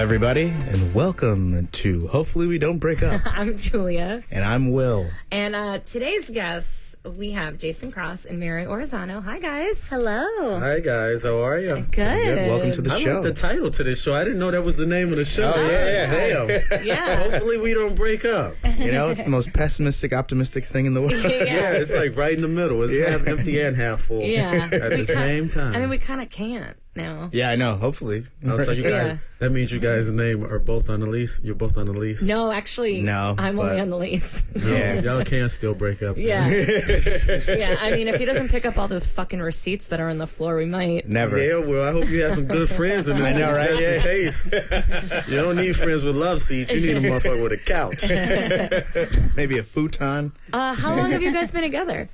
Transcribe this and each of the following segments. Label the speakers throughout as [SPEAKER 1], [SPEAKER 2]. [SPEAKER 1] everybody, and welcome to Hopefully We Don't Break Up.
[SPEAKER 2] I'm Julia.
[SPEAKER 1] and I'm Will.
[SPEAKER 2] And uh, today's guests, we have Jason Cross and Mary Orizano. Hi, guys.
[SPEAKER 3] Hello.
[SPEAKER 4] Hi guys, how are you?
[SPEAKER 2] Good.
[SPEAKER 1] Welcome to the
[SPEAKER 4] I
[SPEAKER 1] show.
[SPEAKER 4] like the title to this show. I didn't know that was the name of the show. Oh, yeah. Damn.
[SPEAKER 2] Yeah.
[SPEAKER 4] Hopefully we don't break up.
[SPEAKER 1] you know, it's the most pessimistic, optimistic thing in the world.
[SPEAKER 4] Yeah,
[SPEAKER 2] yeah.
[SPEAKER 4] it's like right in the middle. It's half empty and half full.
[SPEAKER 2] Yeah.
[SPEAKER 4] At the
[SPEAKER 2] We can't-
[SPEAKER 4] same time.
[SPEAKER 2] I mean, we kind of can't now.
[SPEAKER 1] yeah, I know. Hopefully.
[SPEAKER 4] Oh, so you guys,
[SPEAKER 2] Yeah.
[SPEAKER 4] that means you guys' name are both on the lease. You're both on the lease.
[SPEAKER 2] No, actually,
[SPEAKER 1] No,
[SPEAKER 2] I'm
[SPEAKER 1] but-
[SPEAKER 2] only on the lease.
[SPEAKER 1] Yeah.
[SPEAKER 4] Y'all can still break up.
[SPEAKER 2] yeah. yeah. I mean, if he doesn't pick up all those fucking receipts that are on the floor, we might.
[SPEAKER 1] Never.
[SPEAKER 4] Yeah, well, I hope you have some good friends in this
[SPEAKER 1] I know,
[SPEAKER 4] city,
[SPEAKER 1] right?
[SPEAKER 4] just in case. you don't need friends with love seats. You need a motherfucker with a couch.
[SPEAKER 1] Maybe a futon.
[SPEAKER 2] Uh, how long have you guys been together?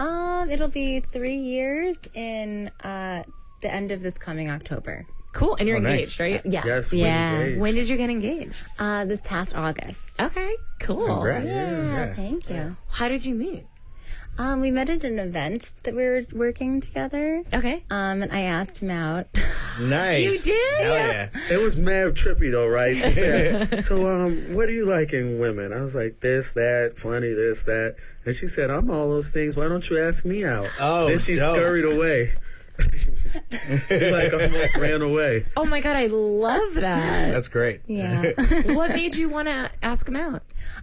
[SPEAKER 3] Um, it'll be three years in uh, the end of this coming October.
[SPEAKER 2] Cool. And you're
[SPEAKER 1] Oh, nice.
[SPEAKER 2] engaged, right?
[SPEAKER 3] Yeah.
[SPEAKER 4] Yes, we
[SPEAKER 3] yeah.
[SPEAKER 4] engaged.
[SPEAKER 2] When did you get engaged?
[SPEAKER 3] Uh, this past August.
[SPEAKER 2] Okay. Cool.
[SPEAKER 1] Congrats.
[SPEAKER 3] Yeah, Thank you.
[SPEAKER 2] How did you meet?
[SPEAKER 3] Um, we met at an event that we were working together.
[SPEAKER 2] Okay.
[SPEAKER 3] Um, and I asked him out.
[SPEAKER 1] Nice.
[SPEAKER 2] You did?
[SPEAKER 1] Hell yeah.
[SPEAKER 4] It was mad trippy though, right? She said, so, um, what do you like in women? I was like, this, that, funny, this, that. And she said, I'm all those things. Why don't you ask me out?
[SPEAKER 1] Oh,
[SPEAKER 4] Then she
[SPEAKER 1] dope.
[SPEAKER 4] scurried away. she like almost ran away.
[SPEAKER 2] Oh my God, I love that.
[SPEAKER 1] That's great.
[SPEAKER 3] Yeah.
[SPEAKER 2] what made you want to ask him out?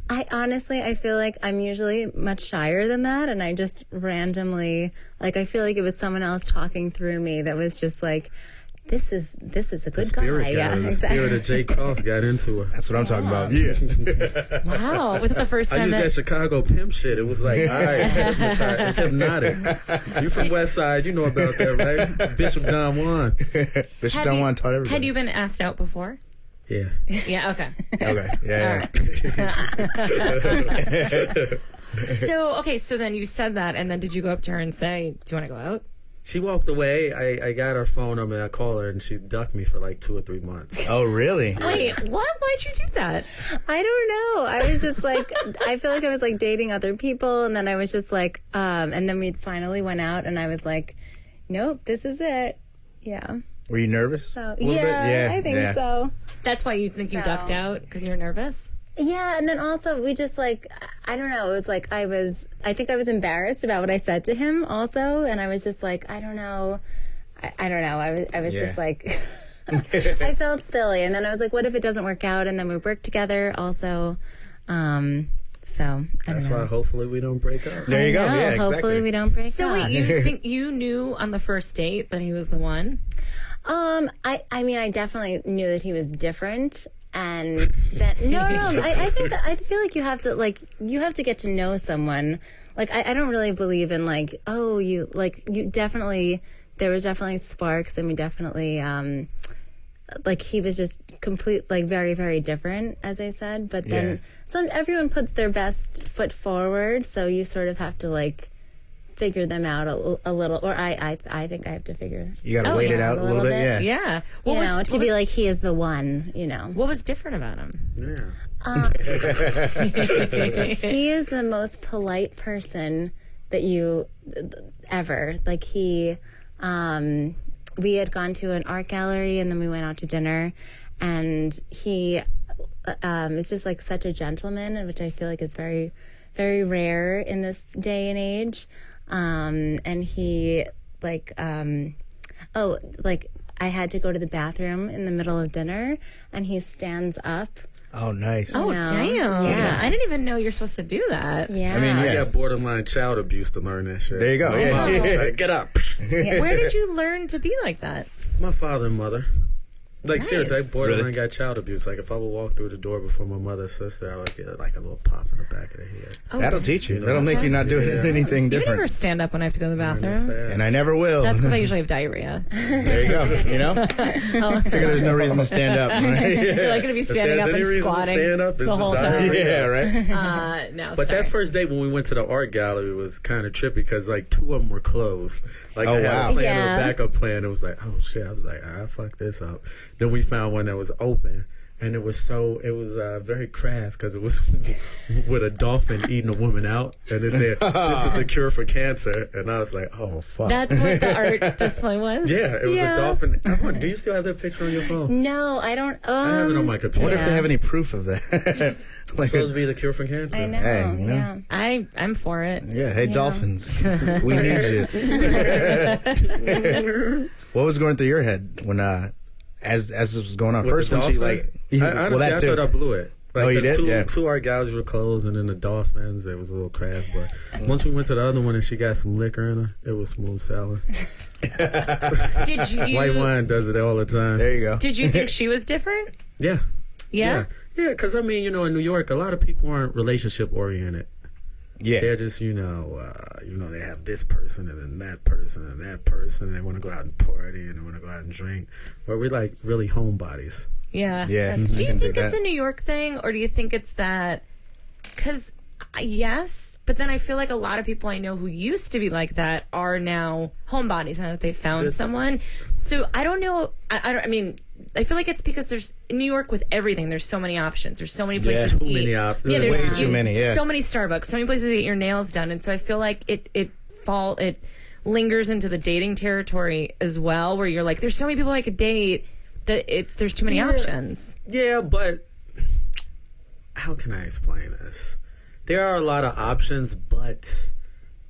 [SPEAKER 3] I honestly, I feel like I'm usually much shyer than that, and I just randomly, like, I feel like it was someone else talking through me that was just like, "This is this is a good
[SPEAKER 4] Spirit
[SPEAKER 3] guy."
[SPEAKER 4] got
[SPEAKER 3] Yeah,
[SPEAKER 4] her. The
[SPEAKER 3] exactly.
[SPEAKER 4] spirit of Jay Cross got into her.
[SPEAKER 1] That's what I'm talking about. Yeah.
[SPEAKER 2] Wow. Was it the first
[SPEAKER 4] I
[SPEAKER 2] time
[SPEAKER 4] used that
[SPEAKER 2] that.
[SPEAKER 4] Chicago pimp shit. It was like, all right, it's hypnotized- it's hypnotic. You from West Side, you know about that, right? Bishop Don Juan.
[SPEAKER 1] Bishop
[SPEAKER 2] Had
[SPEAKER 1] Don
[SPEAKER 2] you-
[SPEAKER 1] Juan taught everybody.
[SPEAKER 2] Had you been asked out before?
[SPEAKER 4] Yeah.
[SPEAKER 2] Yeah, okay.
[SPEAKER 1] Okay.
[SPEAKER 2] All
[SPEAKER 1] Yeah.
[SPEAKER 2] right. so, okay, so then you said that, and then did you go up to her and say, Do you want to go out?
[SPEAKER 4] She walked away. I, I got her phone number. I called her, and she ducked me for like two or three months.
[SPEAKER 1] yeah. Oh, really?
[SPEAKER 2] Wait, what? Why'd you do that?
[SPEAKER 3] I don't know. I was just like, I feel like I was like dating other people, and then I was just like, um, and then we finally went out, and I was like, nope, this is it. Yeah.
[SPEAKER 1] Were you nervous?
[SPEAKER 3] So
[SPEAKER 1] A little bit?
[SPEAKER 3] yeah, I think
[SPEAKER 1] yeah.
[SPEAKER 3] so.
[SPEAKER 2] That's why you think you ducked
[SPEAKER 3] No.
[SPEAKER 2] out because you're nervous?
[SPEAKER 3] Yeah, and then also we just like I don't know. It was like I was. I think I was embarrassed about what I said to him also, and I was just like I don't know. I, I don't know. I was. I was
[SPEAKER 1] Yeah.
[SPEAKER 3] just like. I felt silly, and then I was like, "What if it doesn't work out?" And then we work together also. Um, so I don't
[SPEAKER 4] That's
[SPEAKER 3] know.
[SPEAKER 4] why hopefully we don't break up.
[SPEAKER 1] There you go.
[SPEAKER 3] No,
[SPEAKER 1] yeah,
[SPEAKER 3] hopefully
[SPEAKER 1] exactly.
[SPEAKER 3] we don't break
[SPEAKER 2] So,
[SPEAKER 3] up.
[SPEAKER 2] wait, you think you knew on the first date that he was the one?
[SPEAKER 3] Um, I, I mean, I definitely knew that he was different. And that, no, no, no, I, I think that, I feel like you have to, like, you have to get to know someone. Like, I, I don't really believe in, like, oh, you, like, you definitely, there was definitely sparks and we definitely, um, like he was just complete, like very, very different, as I said. But then
[SPEAKER 1] Yeah.
[SPEAKER 3] some everyone puts their best foot forward, so you sort of have to like figure them out a, a little. Or I, I, I think I have to figure
[SPEAKER 1] You got to wait
[SPEAKER 3] yeah,
[SPEAKER 1] it out a little bit. Yeah.
[SPEAKER 2] Yeah. What
[SPEAKER 3] you know,
[SPEAKER 2] was,
[SPEAKER 3] to
[SPEAKER 2] what
[SPEAKER 3] be
[SPEAKER 2] was-
[SPEAKER 3] like he is the one, you know.
[SPEAKER 2] what was different about him?
[SPEAKER 4] Yeah.
[SPEAKER 3] he is the most polite person that you ever. Like he um we had gone to an art gallery and then we went out to dinner and he uh, um is just like such a gentleman, which I feel like is very very rare in this day and age. Um and he like um oh like I had to go to the bathroom in the middle of dinner and he stands up.
[SPEAKER 1] Oh, nice.
[SPEAKER 2] Oh,
[SPEAKER 3] No.
[SPEAKER 2] damn.
[SPEAKER 3] Yeah.
[SPEAKER 2] I didn't even know you're supposed to do that.
[SPEAKER 3] Yeah.
[SPEAKER 1] I mean,
[SPEAKER 4] I
[SPEAKER 1] yeah.
[SPEAKER 4] got borderline child abuse to learn that shit.
[SPEAKER 1] There you go.
[SPEAKER 4] My
[SPEAKER 1] Yeah.
[SPEAKER 4] mom was like, Get up.
[SPEAKER 2] Where did you learn to be like that?
[SPEAKER 4] My father and mother. Like seriously, I
[SPEAKER 2] Nice.
[SPEAKER 4] borderline
[SPEAKER 1] Really?
[SPEAKER 4] got child abuse. Like if I would walk through the door before my mother's sister, I would get like a little pop in the back of the head.
[SPEAKER 1] That'll teach you. That'll make you not do
[SPEAKER 4] Yeah.
[SPEAKER 1] anything
[SPEAKER 2] You never
[SPEAKER 1] different.
[SPEAKER 2] stand up when I have to go to the bathroom.
[SPEAKER 4] Fast.
[SPEAKER 1] And I never will.
[SPEAKER 2] That's because I usually have diarrhea.
[SPEAKER 1] There you go. You know, figure there's no reason to stand up. right?
[SPEAKER 2] You're like going to be standing
[SPEAKER 4] there's
[SPEAKER 2] up
[SPEAKER 4] any
[SPEAKER 2] and
[SPEAKER 4] reason to
[SPEAKER 2] squatting
[SPEAKER 4] stand up, it's
[SPEAKER 2] the
[SPEAKER 4] the
[SPEAKER 2] whole time.
[SPEAKER 4] diarrhea.
[SPEAKER 1] yeah, right.
[SPEAKER 2] Uh, no,
[SPEAKER 4] But
[SPEAKER 2] sorry.
[SPEAKER 4] that first date when we went to the art gallery was kind of trippy because like two of them were closed. Like
[SPEAKER 1] Oh,
[SPEAKER 4] I had
[SPEAKER 1] wow.
[SPEAKER 4] a plan
[SPEAKER 3] Yeah.
[SPEAKER 4] "Ah, or a backup plan. It was like, oh shit! I was like, I fucked this up. Then we found one that was open, and it was so it was uh, very crass because it was with a dolphin eating a woman out, and they said this is the cure for cancer, and I was like, oh fuck.
[SPEAKER 2] That's what the art display was.
[SPEAKER 4] yeah, it was
[SPEAKER 3] Yeah.
[SPEAKER 4] a dolphin. I wonder- Do you still have that picture on your phone?
[SPEAKER 3] No, I don't. Um,
[SPEAKER 4] I have it on my
[SPEAKER 1] I wonder
[SPEAKER 4] computer.
[SPEAKER 1] if they have any proof of that.
[SPEAKER 4] It's
[SPEAKER 1] like,
[SPEAKER 4] supposed to be the cure for cancer.
[SPEAKER 3] I know.
[SPEAKER 1] Hey, you know.
[SPEAKER 3] Yeah.
[SPEAKER 2] I I'm for it.
[SPEAKER 1] yeah, hey, dolphins, we need you. what was going through your head when, uh, as as this was going on?
[SPEAKER 4] With
[SPEAKER 1] First,
[SPEAKER 4] the
[SPEAKER 1] when she
[SPEAKER 4] dolphin?
[SPEAKER 1] like,
[SPEAKER 4] I, honestly,
[SPEAKER 1] well,
[SPEAKER 4] I
[SPEAKER 1] that too.
[SPEAKER 4] thought I blew it. Like,
[SPEAKER 1] Oh, you
[SPEAKER 4] 'cause
[SPEAKER 1] did?
[SPEAKER 4] Two,
[SPEAKER 1] Yeah.
[SPEAKER 4] two art gals were closed, and then the dolphins. It was a little crass,
[SPEAKER 1] Mm.
[SPEAKER 4] but once we went to the other one and she got some liquor in her, it was smooth sailing.
[SPEAKER 2] Did you
[SPEAKER 4] White wine does it all the time.
[SPEAKER 1] there you go.
[SPEAKER 2] Did you think she was different?
[SPEAKER 4] yeah,
[SPEAKER 2] Yeah.
[SPEAKER 4] yeah. Because I mean, you know, in New York, a lot of people aren't relationship oriented.
[SPEAKER 1] yeah,
[SPEAKER 4] They're just, you know, uh, you know, they have this person and then that person and that person, and they want to go out and party and they want to go out and drink. Where we're like really homebodies.
[SPEAKER 2] Yeah.
[SPEAKER 1] Yeah,
[SPEAKER 2] That's-
[SPEAKER 1] you
[SPEAKER 2] do you
[SPEAKER 1] can do
[SPEAKER 2] think it's
[SPEAKER 1] that.
[SPEAKER 2] a New York thing, or do you think it's that? Because yes, but then I feel like a lot of people I know who used to be like that are now homebodies now that they found
[SPEAKER 4] Just-
[SPEAKER 2] someone. So I don't know. I, I don't. I mean. I feel like it's because there's in New York with everything. There's so many options. There's so many places
[SPEAKER 1] too
[SPEAKER 2] to eat.
[SPEAKER 4] many options.
[SPEAKER 2] Yeah, there's
[SPEAKER 1] Way too
[SPEAKER 2] you-
[SPEAKER 1] many, yeah.
[SPEAKER 2] So many Starbucks. So many places to get your nails done. And so I feel like it it fall it lingers into the dating territory as well, where you're like, there's so many people I could date that it's there's too many
[SPEAKER 4] Yeah.
[SPEAKER 2] options.
[SPEAKER 4] Yeah, but how can I explain this? There are a lot of options, but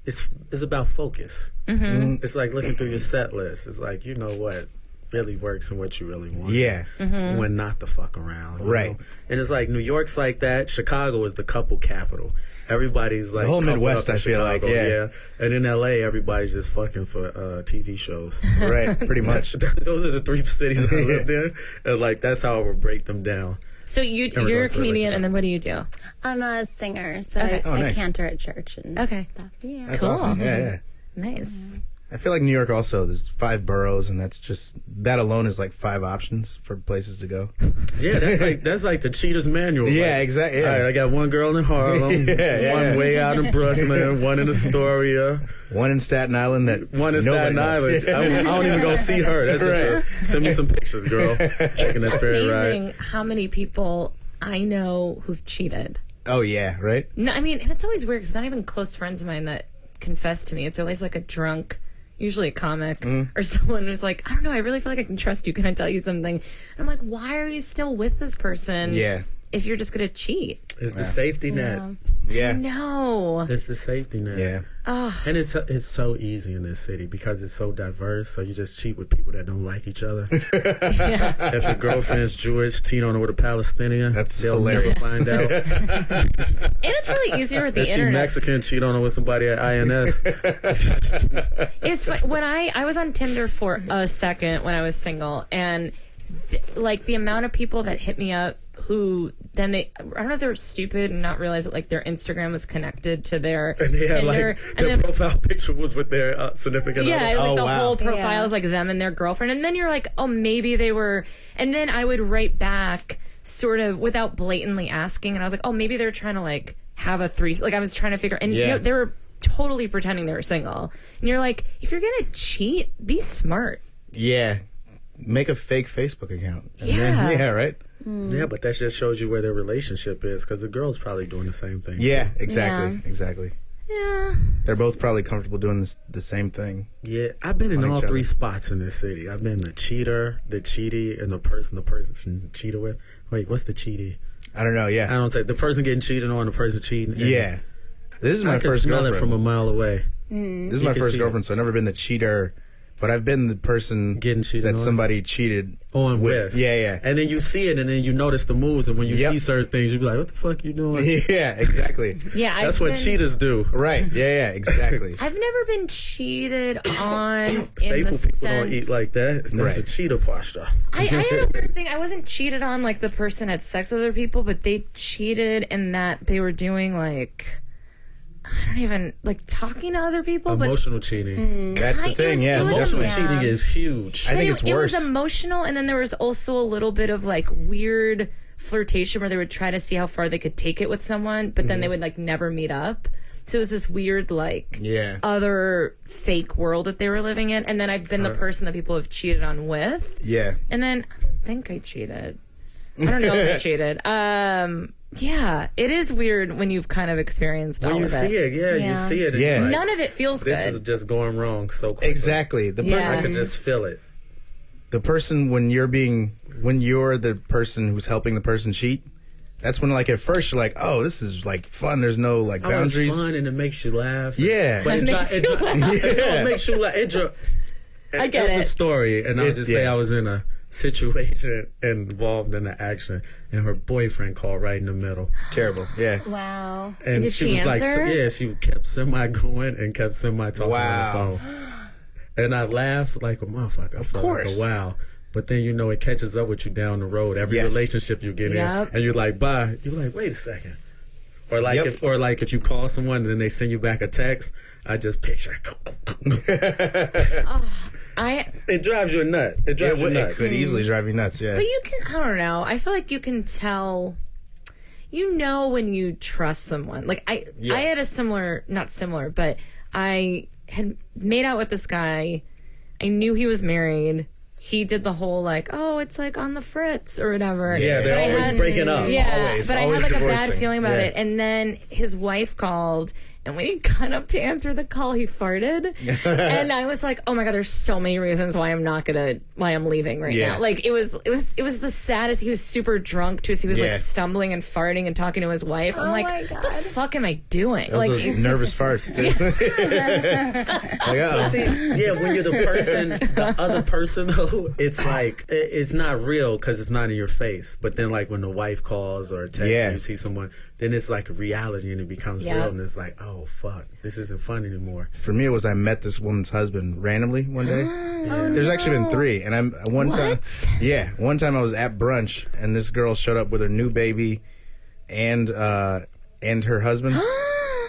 [SPEAKER 4] it's it's about focus. Mm-hmm. It's like looking through your set list. It's like you know what really works and what you really want.
[SPEAKER 1] Yeah.
[SPEAKER 4] when not to fuck around. you
[SPEAKER 1] Right.
[SPEAKER 4] know? and it's like New York's like that. Chicago is the couple capital. Everybody's like
[SPEAKER 1] whole
[SPEAKER 4] coupled
[SPEAKER 1] Midwest,
[SPEAKER 4] up in
[SPEAKER 1] I feel like,
[SPEAKER 4] Chicago,
[SPEAKER 1] yeah.
[SPEAKER 4] and in L.A. everybody's just fucking for uh, TV shows.
[SPEAKER 1] right, pretty much.
[SPEAKER 4] Those are the three cities I lived in, and like that's how I would break them down.
[SPEAKER 2] So you
[SPEAKER 4] regards
[SPEAKER 2] you're a
[SPEAKER 4] to
[SPEAKER 2] comedian,
[SPEAKER 4] relationship.
[SPEAKER 2] and then what do you do?
[SPEAKER 3] I'm a singer, so
[SPEAKER 2] Okay.
[SPEAKER 3] I,
[SPEAKER 1] Oh, nice.
[SPEAKER 3] I cantor at church and
[SPEAKER 2] Okay,
[SPEAKER 3] stuff. Yeah.
[SPEAKER 1] That's
[SPEAKER 2] Cool.
[SPEAKER 1] awesome. Yeah, yeah.
[SPEAKER 2] nice.
[SPEAKER 1] I feel like New York also. There's five boroughs, and that's just that alone is like five options for places to go.
[SPEAKER 4] Yeah, that's like that's like the cheater's manual.
[SPEAKER 1] Yeah,
[SPEAKER 4] Like,
[SPEAKER 1] exactly. Yeah.
[SPEAKER 4] All right, I got one girl in Harlem,
[SPEAKER 1] Yeah, yeah,
[SPEAKER 4] one
[SPEAKER 1] yeah.
[SPEAKER 4] way out in Brooklyn, one in Astoria,
[SPEAKER 1] One in Staten Island that
[SPEAKER 4] one
[SPEAKER 1] nobody
[SPEAKER 4] in Staten
[SPEAKER 1] knows.
[SPEAKER 4] Island. I, I don't even go see her. That's just a, send me some pictures, girl. Taking that ferry
[SPEAKER 2] Amazing
[SPEAKER 4] ride.
[SPEAKER 2] how many people I know who've cheated.
[SPEAKER 1] Oh yeah, right.
[SPEAKER 2] No, I mean, and it's always weird because it's not even close friends of mine that confess to me. It's always like a drunk, usually a comic,
[SPEAKER 4] Mm.
[SPEAKER 2] or someone who's like, I don't know, I really feel like I can trust you. Can I tell you something? And I'm like, why are you still with this person?
[SPEAKER 1] Yeah.
[SPEAKER 2] If you're just going to cheat?
[SPEAKER 4] It's the safety net.
[SPEAKER 1] Yeah.
[SPEAKER 2] No.
[SPEAKER 4] It's the safety net.
[SPEAKER 1] Yeah.
[SPEAKER 4] And it's it's so easy in this city because it's so diverse. So you just cheat with people that don't like each other. If your girlfriend's Jewish, cheat on her with a Palestinian.
[SPEAKER 1] That's
[SPEAKER 4] they'll
[SPEAKER 1] hilarious.
[SPEAKER 4] never find out.
[SPEAKER 2] And it's really easier with the
[SPEAKER 4] if she
[SPEAKER 2] internet.
[SPEAKER 4] Mexican, cheat on her with somebody at INS.
[SPEAKER 2] It's fu- when I I was on Tinder for a second when I was single, and th- like the amount of people that hit me up who then they I don't know if they were stupid and not realize that like their Instagram was connected to their
[SPEAKER 4] And they had
[SPEAKER 2] Tinder,
[SPEAKER 4] like their
[SPEAKER 2] and then.
[SPEAKER 4] profile picture was with their uh, significant
[SPEAKER 2] Yeah, it
[SPEAKER 4] other.
[SPEAKER 2] was like
[SPEAKER 1] Oh,
[SPEAKER 2] the
[SPEAKER 1] wow.
[SPEAKER 2] whole profile
[SPEAKER 3] Yeah.
[SPEAKER 2] is like them and their girlfriend. And then you're like, oh, maybe they were. And then I would write back sort of without blatantly asking. And I was like, oh, maybe they're trying to like have a three. Like I was trying to figure. And you
[SPEAKER 1] Yeah.
[SPEAKER 2] know, they were totally pretending they were single. And you're like, if you're going to cheat, be smart.
[SPEAKER 1] Yeah. Make a fake Facebook account. And
[SPEAKER 2] Yeah.
[SPEAKER 1] Then, yeah. Right.
[SPEAKER 4] yeah, but that just shows you where their relationship is because the girl's probably doing the same thing.
[SPEAKER 1] Yeah. Exactly. Exactly. Yeah. They're both probably comfortable doing this, the same thing.
[SPEAKER 4] Yeah, I've been in
[SPEAKER 1] On
[SPEAKER 4] all
[SPEAKER 1] each
[SPEAKER 4] three
[SPEAKER 1] other.
[SPEAKER 4] spots in this city. I've been the cheater, the cheaty, and the person the person cheated with. Wait, what's the cheaty?
[SPEAKER 1] I don't know.
[SPEAKER 4] I
[SPEAKER 1] Yeah.
[SPEAKER 4] don't say the person getting cheated on, the person cheating. And
[SPEAKER 1] yeah. This is my
[SPEAKER 4] I can
[SPEAKER 1] first
[SPEAKER 4] smell
[SPEAKER 1] girlfriend.
[SPEAKER 4] it from a mile away.
[SPEAKER 1] this is
[SPEAKER 4] you
[SPEAKER 1] my
[SPEAKER 4] can
[SPEAKER 1] first
[SPEAKER 4] see it.
[SPEAKER 1] girlfriend, so I've never been the cheater, but I've been the person
[SPEAKER 4] Getting cheated
[SPEAKER 1] that
[SPEAKER 4] on?
[SPEAKER 1] somebody cheated
[SPEAKER 4] On with.
[SPEAKER 1] Yeah. Yeah.
[SPEAKER 4] And then you see it, and then you notice the moves, and when you
[SPEAKER 1] Yep.
[SPEAKER 4] see certain things, you be like, "What the fuck you doing?"
[SPEAKER 1] yeah. Exactly.
[SPEAKER 2] Yeah,
[SPEAKER 4] That's
[SPEAKER 2] I've
[SPEAKER 4] what
[SPEAKER 2] been,
[SPEAKER 4] cheaters do.
[SPEAKER 1] right. Yeah. Yeah. Exactly.
[SPEAKER 2] I've never been cheated on. in
[SPEAKER 4] Faithful
[SPEAKER 2] the
[SPEAKER 4] people don't
[SPEAKER 2] sense-
[SPEAKER 4] eat like that. That's a
[SPEAKER 1] Right.
[SPEAKER 4] cheater posture.
[SPEAKER 2] I, I had a weird thing. I wasn't cheated on like the person had sex with other people, but they cheated in that they were doing like I don't even like talking to other people, but Hmm.
[SPEAKER 4] Emotional cheating.
[SPEAKER 1] That's the
[SPEAKER 2] It
[SPEAKER 1] thing.
[SPEAKER 2] was-
[SPEAKER 1] yeah.
[SPEAKER 2] it was-
[SPEAKER 1] Definitely.
[SPEAKER 4] Emotional
[SPEAKER 3] Yeah.
[SPEAKER 4] cheating is huge.
[SPEAKER 1] I
[SPEAKER 2] But
[SPEAKER 1] think
[SPEAKER 2] it,
[SPEAKER 1] it's
[SPEAKER 2] it
[SPEAKER 1] worse.
[SPEAKER 2] was emotional, and then there was also a little bit of like weird flirtation where they would try to see how far they could take it with someone, but then they
[SPEAKER 1] Mm-hmm.
[SPEAKER 2] would like never meet up. So it was this weird like
[SPEAKER 1] Yeah.
[SPEAKER 2] other fake world that they were living in.
[SPEAKER 1] Uh-huh.
[SPEAKER 2] And then I've been the person that people have cheated on with.
[SPEAKER 1] yeah.
[SPEAKER 2] And then I don't think I cheated. I don't know if I cheated. Um, yeah, it is weird when you've kind of experienced all
[SPEAKER 4] When you
[SPEAKER 2] of
[SPEAKER 4] see
[SPEAKER 2] it.
[SPEAKER 4] it, yeah,
[SPEAKER 3] Yeah.
[SPEAKER 4] you see it. and
[SPEAKER 1] Yeah.
[SPEAKER 4] you're like,
[SPEAKER 2] None of it feels
[SPEAKER 4] This is
[SPEAKER 2] good.
[SPEAKER 4] just going wrong so quickly.
[SPEAKER 1] Exactly. The per-
[SPEAKER 2] Yeah.
[SPEAKER 4] I could just feel it.
[SPEAKER 1] the person when you're being when you're the person who's helping the person cheat. That's when like at first you're like, oh, this is like fun. There's no like
[SPEAKER 4] Oh, it's
[SPEAKER 1] boundaries.
[SPEAKER 4] fun and it makes you laugh.
[SPEAKER 1] Yeah.
[SPEAKER 4] but it,
[SPEAKER 2] It
[SPEAKER 4] dri-
[SPEAKER 2] makes
[SPEAKER 4] it,
[SPEAKER 2] you
[SPEAKER 4] dri-
[SPEAKER 1] Yeah.
[SPEAKER 4] it makes you laugh. It dri-
[SPEAKER 2] I get
[SPEAKER 4] it's
[SPEAKER 2] it.
[SPEAKER 4] a story, and I'll
[SPEAKER 1] It-
[SPEAKER 4] just say
[SPEAKER 1] yeah.
[SPEAKER 4] I was in a situation involved in an action, and her boyfriend called right in the middle.
[SPEAKER 1] Terrible. Yeah.
[SPEAKER 3] Wow.
[SPEAKER 4] And
[SPEAKER 3] Did she
[SPEAKER 4] was
[SPEAKER 3] answer?
[SPEAKER 4] like, yeah, she kept semi going and kept semi talking on
[SPEAKER 1] Wow.
[SPEAKER 4] the phone. And I laughed like a motherfucker. Of
[SPEAKER 1] course.
[SPEAKER 4] Like a wow. But then you know it catches up with you down the road. Every
[SPEAKER 1] Yes.
[SPEAKER 4] relationship you get
[SPEAKER 2] Yep.
[SPEAKER 4] in, and you're like, bye. You're like, wait a second. Or like,
[SPEAKER 1] Yep.
[SPEAKER 4] if, or like if you call someone and then they send you back a text, I just picture.
[SPEAKER 2] I
[SPEAKER 4] It drives you a nut. It
[SPEAKER 1] It,
[SPEAKER 4] drives
[SPEAKER 1] would-
[SPEAKER 4] you
[SPEAKER 1] it
[SPEAKER 4] nuts.
[SPEAKER 1] could easily drive you nuts. Yeah.
[SPEAKER 2] But you can, I don't know. I feel like you can tell. You know when you trust someone. Like I, I had a similar, not similar, but I had made out with this guy. I knew he was married. He did the whole like, oh, it's like on the fritz or whatever.
[SPEAKER 4] Yeah,
[SPEAKER 2] But I
[SPEAKER 4] they're always
[SPEAKER 2] had-
[SPEAKER 4] breaking up.
[SPEAKER 2] Yeah,
[SPEAKER 1] Always,
[SPEAKER 2] but I had
[SPEAKER 1] always
[SPEAKER 2] like a bad
[SPEAKER 1] divorcing.
[SPEAKER 2] feeling about
[SPEAKER 1] Yeah.
[SPEAKER 2] it. And then his wife called, and when he got up to answer the call, he farted. and I was like, "Oh my god, there's so many reasons why I'm not gonna, why I'm leaving right
[SPEAKER 1] Yeah.
[SPEAKER 2] now." Like it was, it was, it was the saddest. He was super drunk too, so he was like
[SPEAKER 1] Yeah.
[SPEAKER 2] stumbling and farting and talking to his wife. I'm
[SPEAKER 3] Oh
[SPEAKER 2] like,
[SPEAKER 3] my
[SPEAKER 2] "The
[SPEAKER 3] God.
[SPEAKER 2] fuck am I doing?"
[SPEAKER 1] Those
[SPEAKER 2] Like,
[SPEAKER 1] are nervous farts. Too. like oh,
[SPEAKER 4] See, yeah, when you're the person, the other person though, it's like i- it's not real because it's not in your face. But then, like when the wife calls or texts,
[SPEAKER 1] Yeah.
[SPEAKER 4] and you see someone, then it's like reality and it becomes
[SPEAKER 2] Yeah.
[SPEAKER 4] real, and it's like, oh fuck, this isn't fun anymore.
[SPEAKER 1] for me it was I met this woman's husband randomly one day. There's
[SPEAKER 2] Oh,
[SPEAKER 1] actually been three, and I'm uh, one time. Yeah, one time I was at brunch, and this girl showed up with her new baby, and uh, and her husband, and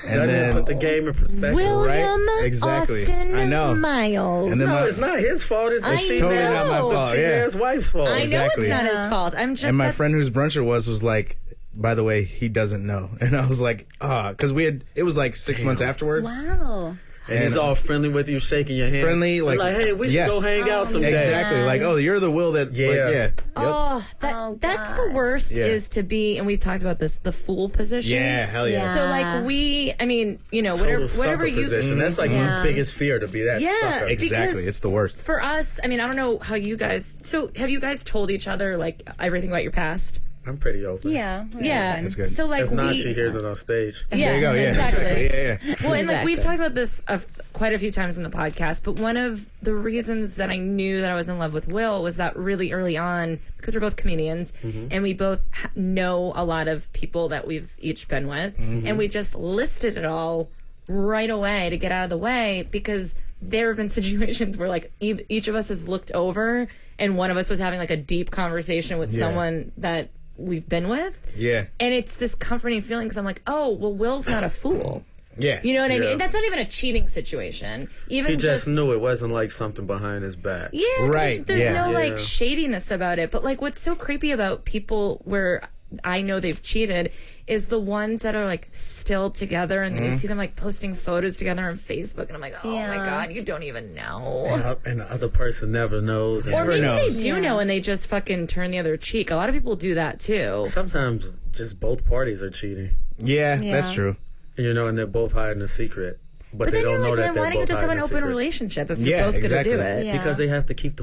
[SPEAKER 4] Doesn't it
[SPEAKER 1] then
[SPEAKER 4] put the game in perspective.
[SPEAKER 2] William
[SPEAKER 1] Exactly.
[SPEAKER 2] Austin
[SPEAKER 1] I know.
[SPEAKER 2] Miles.
[SPEAKER 1] and then
[SPEAKER 4] no,
[SPEAKER 1] my-
[SPEAKER 4] it's not his fault. It's the
[SPEAKER 2] I
[SPEAKER 4] cheating
[SPEAKER 2] know.
[SPEAKER 4] ass-
[SPEAKER 2] Totally not my
[SPEAKER 4] the
[SPEAKER 1] fault,
[SPEAKER 4] cheating
[SPEAKER 1] yeah.
[SPEAKER 4] ass wife's fault.
[SPEAKER 2] I know
[SPEAKER 1] Exactly.
[SPEAKER 2] it's not his fault. I'm just
[SPEAKER 1] and my
[SPEAKER 2] that's-
[SPEAKER 1] friend whose bruncher was was like, by the way, he doesn't know, and I was like, ah, because we had it was like six months afterwards.
[SPEAKER 3] Wow.
[SPEAKER 4] And he's
[SPEAKER 1] And-
[SPEAKER 4] all friendly with you, shaking your hand.
[SPEAKER 1] Friendly,
[SPEAKER 4] You're
[SPEAKER 1] like-
[SPEAKER 4] hey, we should
[SPEAKER 1] yes.
[SPEAKER 4] go hang out someday.
[SPEAKER 1] Exactly,
[SPEAKER 3] Yeah.
[SPEAKER 1] like oh, you're the will that, like,
[SPEAKER 4] Yeah.
[SPEAKER 1] yeah, Yep.
[SPEAKER 2] Oh, that,
[SPEAKER 3] Oh,
[SPEAKER 2] that's the
[SPEAKER 3] God.
[SPEAKER 2] worst
[SPEAKER 1] Yeah.
[SPEAKER 2] is to be, and we've talked about this, the fool position.
[SPEAKER 1] yeah, hell yeah.
[SPEAKER 3] Yeah.
[SPEAKER 2] So like we, I mean, you know,
[SPEAKER 4] Total
[SPEAKER 2] whatever,
[SPEAKER 4] sucker
[SPEAKER 2] whatever you.
[SPEAKER 4] position. That's like
[SPEAKER 3] Yeah.
[SPEAKER 4] my biggest fear to be that
[SPEAKER 2] Yeah.
[SPEAKER 4] sucker.
[SPEAKER 2] Ex-
[SPEAKER 1] Exactly,
[SPEAKER 2] Because-
[SPEAKER 1] it's the worst.
[SPEAKER 2] For us, I mean, I don't know how you guys. So have you guys told each other like everything about your past?
[SPEAKER 4] I'm pretty open.
[SPEAKER 3] Yeah. we're
[SPEAKER 2] Yeah.
[SPEAKER 3] open.
[SPEAKER 1] That's good.
[SPEAKER 2] So like
[SPEAKER 4] If not,
[SPEAKER 2] we.
[SPEAKER 4] she hears it on stage.
[SPEAKER 2] yeah,
[SPEAKER 1] There you go. Yeah,
[SPEAKER 2] exactly.
[SPEAKER 1] yeah, yeah.
[SPEAKER 2] Well, and like we've
[SPEAKER 3] Exactly.
[SPEAKER 2] talked about this uh, quite a few times in the podcast, but one of the reasons that I knew that I was in love with Will was that really early on, because we're both comedians and we both ha- know a lot of people that we've each been with, and we just listed it all right away to get out of the way because there have been situations where like e- each of us has looked over and one of us was having like a deep conversation with someone that we've been with
[SPEAKER 1] Yeah.
[SPEAKER 2] and it's this comforting feeling because i'm like oh well will's not a fool
[SPEAKER 1] Yeah.
[SPEAKER 2] you know what I mean?
[SPEAKER 4] Yeah.
[SPEAKER 2] And that's not even a cheating situation. Even
[SPEAKER 4] He
[SPEAKER 2] just,
[SPEAKER 4] just knew it wasn't like something behind his back.
[SPEAKER 2] yeah, 'cause there's-
[SPEAKER 1] Right,
[SPEAKER 2] There's,
[SPEAKER 1] yeah.
[SPEAKER 2] no
[SPEAKER 4] Yeah.
[SPEAKER 2] like shadiness about it. But like, what's so creepy about people where I know they've cheated is the ones that are like still together, and
[SPEAKER 4] Mm-hmm.
[SPEAKER 2] then you see them like posting photos together on Facebook, and I'm like, oh my
[SPEAKER 3] Yeah.
[SPEAKER 2] god, you don't even know.
[SPEAKER 4] And, and the other person never knows.
[SPEAKER 2] Or
[SPEAKER 4] And
[SPEAKER 2] maybe
[SPEAKER 1] knows.
[SPEAKER 2] they do know, and they just fucking turn the other cheek. A lot of people do that too.
[SPEAKER 4] sometimes just both parties are cheating,
[SPEAKER 1] yeah, that's
[SPEAKER 3] Yeah.
[SPEAKER 1] true.
[SPEAKER 4] you know, and they're both hiding a secret.
[SPEAKER 2] But
[SPEAKER 4] But, they
[SPEAKER 2] then
[SPEAKER 4] don't
[SPEAKER 2] you're
[SPEAKER 4] know
[SPEAKER 2] like,
[SPEAKER 4] that
[SPEAKER 2] then
[SPEAKER 4] they're
[SPEAKER 2] why don't you
[SPEAKER 4] both
[SPEAKER 2] just have an
[SPEAKER 4] hiding a
[SPEAKER 2] open
[SPEAKER 4] secret.
[SPEAKER 2] relationship if you're
[SPEAKER 1] Yeah,
[SPEAKER 2] both
[SPEAKER 1] exactly.
[SPEAKER 2] gonna do it?
[SPEAKER 3] Yeah.
[SPEAKER 4] Because they have to keep the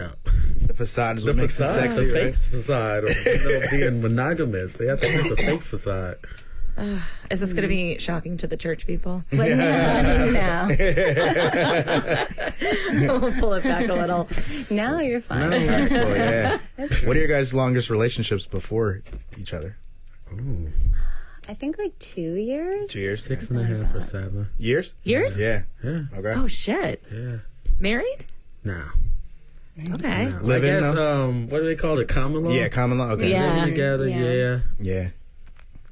[SPEAKER 4] up.
[SPEAKER 1] The facade is
[SPEAKER 4] The
[SPEAKER 1] what makes it
[SPEAKER 4] facade,
[SPEAKER 1] sexy.
[SPEAKER 4] the fake
[SPEAKER 1] right?
[SPEAKER 4] facade of you know, being monogamous. They have to keep the fake facade.
[SPEAKER 2] Is this gonna
[SPEAKER 3] Mm-hmm.
[SPEAKER 2] be shocking to the church people?
[SPEAKER 3] But no, no,
[SPEAKER 2] we'll pull it back a little.
[SPEAKER 3] no, you're fine.
[SPEAKER 1] Oh, yeah. What are your guys' longest relationships before each other?
[SPEAKER 3] I think like two years.
[SPEAKER 1] Two years.
[SPEAKER 4] Six and a half or seven.
[SPEAKER 1] Years?
[SPEAKER 2] Years?
[SPEAKER 1] Yeah.
[SPEAKER 4] Yeah,
[SPEAKER 1] Okay.
[SPEAKER 2] Oh shit.
[SPEAKER 4] yeah.
[SPEAKER 2] Married?
[SPEAKER 4] Now,
[SPEAKER 2] Okay.
[SPEAKER 4] I
[SPEAKER 1] Living
[SPEAKER 4] guess,
[SPEAKER 1] though?
[SPEAKER 4] um, what do they call it? Common law?
[SPEAKER 1] yeah, common law. Okay.
[SPEAKER 2] Yeah.
[SPEAKER 4] Living together,
[SPEAKER 3] Yeah.
[SPEAKER 4] yeah.
[SPEAKER 1] Yeah.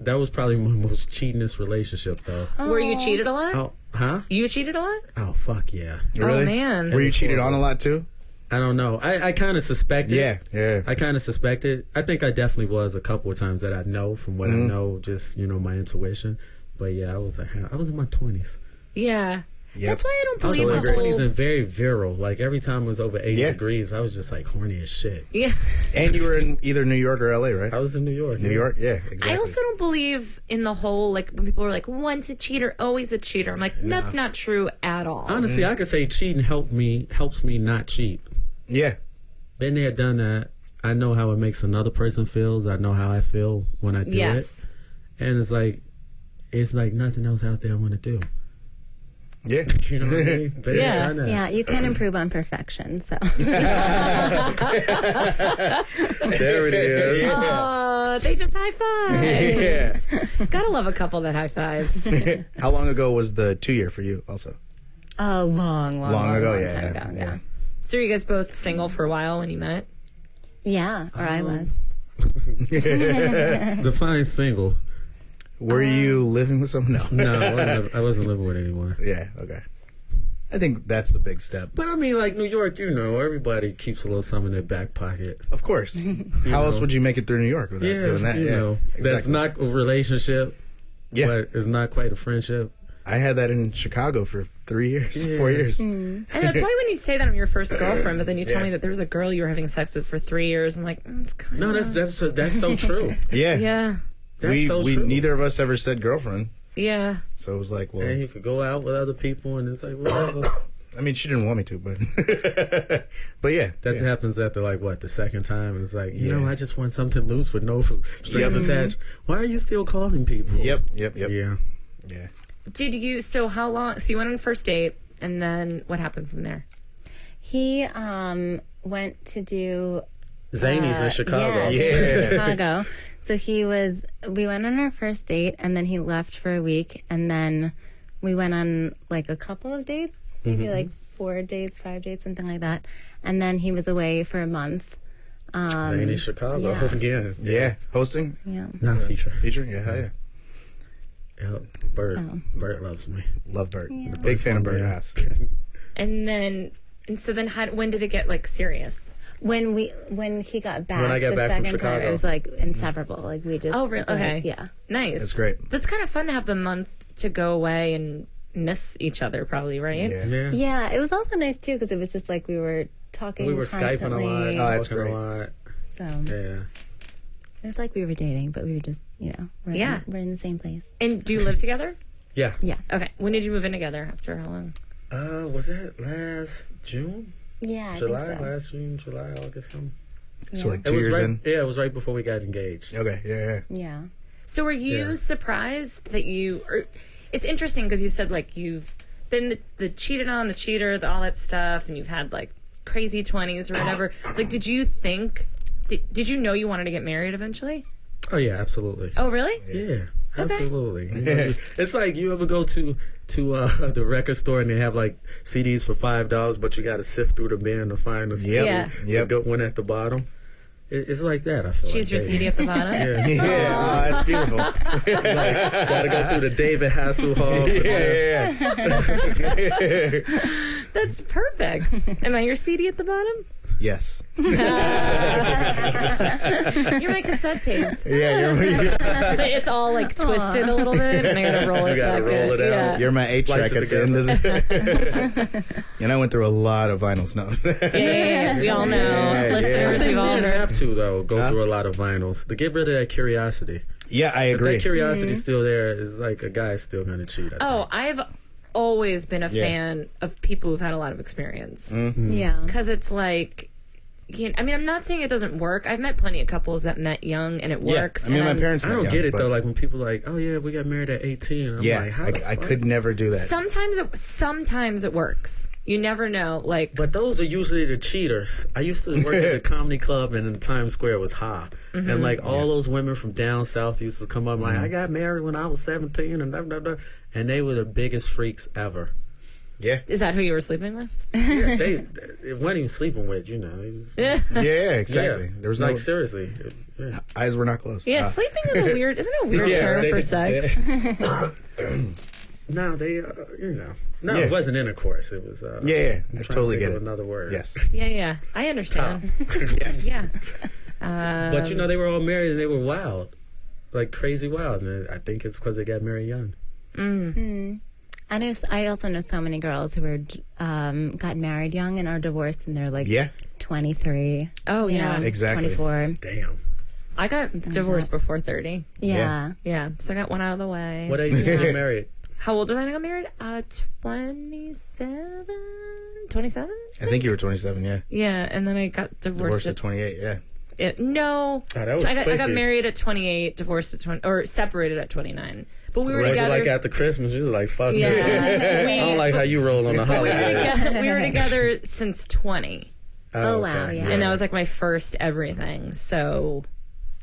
[SPEAKER 4] That was probably my most cheatingest relationship, though.
[SPEAKER 2] Were you cheated a lot?
[SPEAKER 4] Oh, huh?
[SPEAKER 2] You cheated a lot?
[SPEAKER 4] Oh, fuck yeah.
[SPEAKER 1] Really?
[SPEAKER 2] man.
[SPEAKER 1] Were you cheated on a lot too?
[SPEAKER 4] I don't know. I, I kind of suspected.
[SPEAKER 1] Yeah. Yeah.
[SPEAKER 4] I kind of suspected. I think I definitely was a couple of times that I know from what I know, just, you know, my intuition. But yeah, I was a, I was in my 20s.
[SPEAKER 2] Yeah.
[SPEAKER 1] Yep.
[SPEAKER 2] That's why I don't
[SPEAKER 4] I was
[SPEAKER 2] believe
[SPEAKER 4] in
[SPEAKER 2] the
[SPEAKER 4] my twenties
[SPEAKER 2] whole.
[SPEAKER 4] and very virile. Like every time it was over eighty
[SPEAKER 1] Yeah.
[SPEAKER 4] degrees, I was just like horny as shit.
[SPEAKER 2] Yeah.
[SPEAKER 1] And you were in either New York or LA, right?
[SPEAKER 4] I was in New York.
[SPEAKER 1] New
[SPEAKER 4] yeah.
[SPEAKER 1] York, yeah, exactly.
[SPEAKER 2] I also don't believe in the whole like when people are like once a cheater, always a cheater. I'm like that's not true at all.
[SPEAKER 4] Honestly, I could say cheating helped me helps me not cheat.
[SPEAKER 1] yeah,
[SPEAKER 4] Been there, done that. I know how it makes another person feels. I know how I feel when I do
[SPEAKER 2] yes.
[SPEAKER 4] it, and it's like it's like nothing else out there I want to do.
[SPEAKER 1] yeah.
[SPEAKER 4] You know what I mean? Been
[SPEAKER 2] Yeah.
[SPEAKER 4] there, done that.
[SPEAKER 3] Yeah, you can improve on perfection. So
[SPEAKER 1] there it is.
[SPEAKER 2] Oh, they just high five.
[SPEAKER 1] yeah.
[SPEAKER 2] Gotta love a couple that high fives.
[SPEAKER 1] How long ago was the two year for you? Also,
[SPEAKER 3] a long, long, long,
[SPEAKER 1] long ago.
[SPEAKER 3] long
[SPEAKER 1] yeah,
[SPEAKER 3] time
[SPEAKER 1] yeah,
[SPEAKER 3] ago.
[SPEAKER 1] yeah.
[SPEAKER 3] Yeah,
[SPEAKER 2] so you guys both single for a while when you met?
[SPEAKER 3] yeah, or
[SPEAKER 1] Um,
[SPEAKER 3] I was.
[SPEAKER 4] Define single.
[SPEAKER 1] Were
[SPEAKER 2] Uh,
[SPEAKER 1] you living with someone? No.
[SPEAKER 4] No, I wasn't, I wasn't living with anyone.
[SPEAKER 1] yeah. Okay. I think that's the big step.
[SPEAKER 4] But I mean, like New York, you know, everybody keeps a little something in their back pocket.
[SPEAKER 1] Of course. How else would you make it through New York without
[SPEAKER 4] Yeah,
[SPEAKER 1] doing that?
[SPEAKER 4] you
[SPEAKER 1] yeah.
[SPEAKER 4] know, that's
[SPEAKER 1] exactly.
[SPEAKER 4] not a relationship,
[SPEAKER 1] Yeah.
[SPEAKER 4] but it's not quite a friendship.
[SPEAKER 1] I had that in Chicago for three years, four years.
[SPEAKER 4] Hmm.
[SPEAKER 2] And that's why when you say that I'm your first girlfriend, but then you tell
[SPEAKER 1] Yeah.
[SPEAKER 2] me that there was a girl you were having sex with for three years, I'm like, mm, it's kind of
[SPEAKER 4] No, that's that's so, that's so true.
[SPEAKER 1] Yeah.
[SPEAKER 2] yeah,
[SPEAKER 4] That's
[SPEAKER 1] we
[SPEAKER 4] so
[SPEAKER 1] we
[SPEAKER 4] true.
[SPEAKER 1] neither of us ever said girlfriend,
[SPEAKER 2] yeah.
[SPEAKER 1] so it was like, well,
[SPEAKER 4] And you could go out with other people, and it's like whatever.
[SPEAKER 1] I mean, she didn't want me to, but but yeah,
[SPEAKER 4] that
[SPEAKER 1] yeah.
[SPEAKER 4] happens after like what the second time, and it's like you
[SPEAKER 1] Yeah.
[SPEAKER 4] know, I just want something loose with no strings
[SPEAKER 1] Yep. Mm-hmm.
[SPEAKER 4] attached. Why are you still calling people?
[SPEAKER 1] Yep, yep, yep.
[SPEAKER 4] Yeah.
[SPEAKER 1] yeah.
[SPEAKER 2] Did you? So how long? So you went on a first date, and then what happened from there?
[SPEAKER 3] He um, went to do
[SPEAKER 4] Zany's
[SPEAKER 3] Uh,
[SPEAKER 4] in Chicago.
[SPEAKER 3] Yeah,
[SPEAKER 1] Yeah.
[SPEAKER 3] Chicago. So he was. We went on our first date, and then he left for a week, and then we went on like a couple of dates, maybe like four dates, five dates, something like that. And then he was away for a month. Um,
[SPEAKER 4] Zany, Chicago.
[SPEAKER 3] yeah.
[SPEAKER 4] Again.
[SPEAKER 1] Yeah, hosting
[SPEAKER 3] yeah.
[SPEAKER 4] Not feature.
[SPEAKER 1] feature. Yeah, hell yeah.
[SPEAKER 4] Yep. Bert. Bert loves me.
[SPEAKER 1] Love Bert. Big fan of Bert
[SPEAKER 4] Yeah.
[SPEAKER 1] Haas.
[SPEAKER 2] And then, and so then, how, when did it get like serious?
[SPEAKER 3] When we when he got back,
[SPEAKER 4] When I got
[SPEAKER 3] the
[SPEAKER 4] back from
[SPEAKER 3] second time,
[SPEAKER 4] Chicago.
[SPEAKER 3] it was like inseparable. Like we just.
[SPEAKER 2] Oh, really?
[SPEAKER 3] like,
[SPEAKER 2] Okay.
[SPEAKER 3] yeah.
[SPEAKER 2] Nice.
[SPEAKER 1] That's great.
[SPEAKER 2] That's kind of fun to have the month to go away and miss each other, probably, right?
[SPEAKER 1] Yeah.
[SPEAKER 4] Yeah.
[SPEAKER 3] Yeah. It was also nice too because it was just like we were talking.
[SPEAKER 4] We were Skyping a
[SPEAKER 3] constantly,
[SPEAKER 4] lot,
[SPEAKER 1] Oh, that's
[SPEAKER 4] talking
[SPEAKER 1] great.
[SPEAKER 4] a lot.
[SPEAKER 3] So
[SPEAKER 4] Yeah.
[SPEAKER 3] it was like we were dating, but we were just you know we're
[SPEAKER 2] Yeah.
[SPEAKER 3] in, we're in the same place.
[SPEAKER 2] And do you live together?
[SPEAKER 4] Yeah.
[SPEAKER 3] Yeah.
[SPEAKER 2] Okay. When did you move in together? After how long?
[SPEAKER 4] Uh, was that last June?
[SPEAKER 3] Yeah, I
[SPEAKER 4] July?
[SPEAKER 3] think so.
[SPEAKER 4] Last June, July, August, something.
[SPEAKER 1] So like
[SPEAKER 4] It
[SPEAKER 1] two
[SPEAKER 4] was
[SPEAKER 1] years
[SPEAKER 4] right.
[SPEAKER 1] in.
[SPEAKER 4] Yeah, it was right before we got engaged.
[SPEAKER 1] Okay. Yeah. yeah.
[SPEAKER 3] Yeah.
[SPEAKER 2] So were you
[SPEAKER 4] Yeah.
[SPEAKER 2] surprised that you? Or, it's interesting because you said like you've been the, the cheated on, the cheater, the, all that stuff, and you've had like crazy twenties or whatever. like, did you think? Did, did you know you wanted to get married eventually?
[SPEAKER 4] Oh yeah, absolutely.
[SPEAKER 2] Oh, really?
[SPEAKER 4] Yeah, absolutely. You know, you- it's like you ever go to to uh, the record store and they have like CDs for five dollars, but you got to sift through the bin to find the CD,
[SPEAKER 2] Yeah.
[SPEAKER 4] the
[SPEAKER 1] Yep.
[SPEAKER 4] good one at the bottom. It, it's like that. I feel.
[SPEAKER 2] She's your
[SPEAKER 4] like
[SPEAKER 2] CD at the bottom.
[SPEAKER 4] Yeah.
[SPEAKER 1] Yeah. Aw, that's beautiful.
[SPEAKER 4] Gotta go through the David Hasselhoff. and this.
[SPEAKER 1] yeah. yeah, yeah, yeah.
[SPEAKER 2] That's perfect. Am I your CD at the bottom?
[SPEAKER 1] yes.
[SPEAKER 2] You're my cassette tape.
[SPEAKER 1] Yeah. You're, you're,
[SPEAKER 2] But it's all like twisted a little bit, and I gotta roll it
[SPEAKER 4] You gotta
[SPEAKER 2] back
[SPEAKER 4] roll
[SPEAKER 2] in.
[SPEAKER 4] it out.
[SPEAKER 2] Yeah.
[SPEAKER 1] you're my eight
[SPEAKER 4] Splice
[SPEAKER 1] track
[SPEAKER 4] it
[SPEAKER 1] at the end of the. and I went through a lot of vinyls. No.
[SPEAKER 2] Yeah, yeah, yeah. we all know.
[SPEAKER 1] Yeah,
[SPEAKER 2] Listeners,
[SPEAKER 4] They
[SPEAKER 2] we've all
[SPEAKER 4] did
[SPEAKER 2] heard.
[SPEAKER 4] have to though go through a lot of vinyls to get rid of that curiosity.
[SPEAKER 1] yeah, I
[SPEAKER 4] If that
[SPEAKER 1] agree.
[SPEAKER 4] curiosity's still there, is like a guy's still gonna cheat. I
[SPEAKER 2] Mm-hmm. Oh, I've always been a
[SPEAKER 1] Yeah. Mm-hmm.
[SPEAKER 2] fan of people who've had a lot of experience.
[SPEAKER 3] Yeah.
[SPEAKER 2] Because it's like, you know, I mean, I'm not saying it doesn't work. I've met plenty of couples that met young and it
[SPEAKER 1] yeah.
[SPEAKER 2] works.
[SPEAKER 1] I mean,
[SPEAKER 2] and
[SPEAKER 1] my
[SPEAKER 2] I'm-
[SPEAKER 1] parents.
[SPEAKER 4] I
[SPEAKER 1] met
[SPEAKER 4] don't
[SPEAKER 1] young,
[SPEAKER 4] get it
[SPEAKER 1] but
[SPEAKER 4] though. Like when people are like, oh yeah, we got married at eighteen. I'm
[SPEAKER 1] yeah,
[SPEAKER 4] like, how the
[SPEAKER 1] I, I
[SPEAKER 4] fuck?
[SPEAKER 1] could never do that.
[SPEAKER 2] Sometimes it sometimes it works. You never know. Like
[SPEAKER 4] But those are usually the cheaters. I used to work at a comedy club, and in Times Square was high,
[SPEAKER 1] Mm-hmm.
[SPEAKER 4] and like all those women from down south used to come up like, I got married when I was seventeen, and blah, blah, blah. and they were the biggest freaks ever.
[SPEAKER 1] yeah.
[SPEAKER 2] is that who you were sleeping with?
[SPEAKER 4] Yeah, they, they weren't even sleeping with, you know. They just-
[SPEAKER 1] Yeah.
[SPEAKER 4] yeah,
[SPEAKER 1] Yeah. Exactly. There was no
[SPEAKER 4] like seriously. Yeah.
[SPEAKER 1] eyes were not closed.
[SPEAKER 2] Yeah,
[SPEAKER 1] Ah.
[SPEAKER 2] sleeping is a weird isn't it a weird
[SPEAKER 1] Yeah,
[SPEAKER 2] term
[SPEAKER 1] they-
[SPEAKER 2] for sex?
[SPEAKER 4] No, they, uh, you know, no,
[SPEAKER 1] Yeah.
[SPEAKER 4] it wasn't intercourse. It was. Uh,
[SPEAKER 1] Yeah, yeah, I
[SPEAKER 4] I'm trying to
[SPEAKER 1] totally
[SPEAKER 4] think
[SPEAKER 1] get it.
[SPEAKER 4] of Another word.
[SPEAKER 1] Yes.
[SPEAKER 2] Yeah, yeah. I understand. Yeah.
[SPEAKER 4] But
[SPEAKER 2] Um,
[SPEAKER 4] you know, they were all married and they were wild, like crazy wild. And I think it's because they got married young.
[SPEAKER 3] I I know. I also know so many girls who are um, got married young and are divorced, and they're like
[SPEAKER 1] Yeah.
[SPEAKER 3] twenty three.
[SPEAKER 2] Oh, yeah.
[SPEAKER 1] Exactly.
[SPEAKER 3] Twenty four.
[SPEAKER 4] Damn.
[SPEAKER 2] I got divorced before 30.
[SPEAKER 3] Yeah.
[SPEAKER 1] Yeah.
[SPEAKER 2] Yeah. So I got one out of the way.
[SPEAKER 4] What age did you get married?
[SPEAKER 2] How old was I when I got married? Uh, 27? 27?
[SPEAKER 1] I think you were 27, yeah.
[SPEAKER 2] Yeah. And then I got divorced
[SPEAKER 1] Divorced at
[SPEAKER 2] at
[SPEAKER 1] 28, yeah.
[SPEAKER 2] It, no,
[SPEAKER 1] Ah,
[SPEAKER 4] Oh, that was
[SPEAKER 2] I, got, I got
[SPEAKER 4] quicker.
[SPEAKER 2] married at 28, divorced at 20, or separated at 29. But we were
[SPEAKER 4] Right.
[SPEAKER 2] together.
[SPEAKER 4] Like after Christmas, you was like, fuck
[SPEAKER 2] yeah,
[SPEAKER 4] this. I
[SPEAKER 2] we,
[SPEAKER 4] don't like how you roll on the
[SPEAKER 2] we were
[SPEAKER 4] holidays.
[SPEAKER 2] together, we were together since 20,
[SPEAKER 3] Oh, wow, yeah.
[SPEAKER 2] and that was like my first everything. So,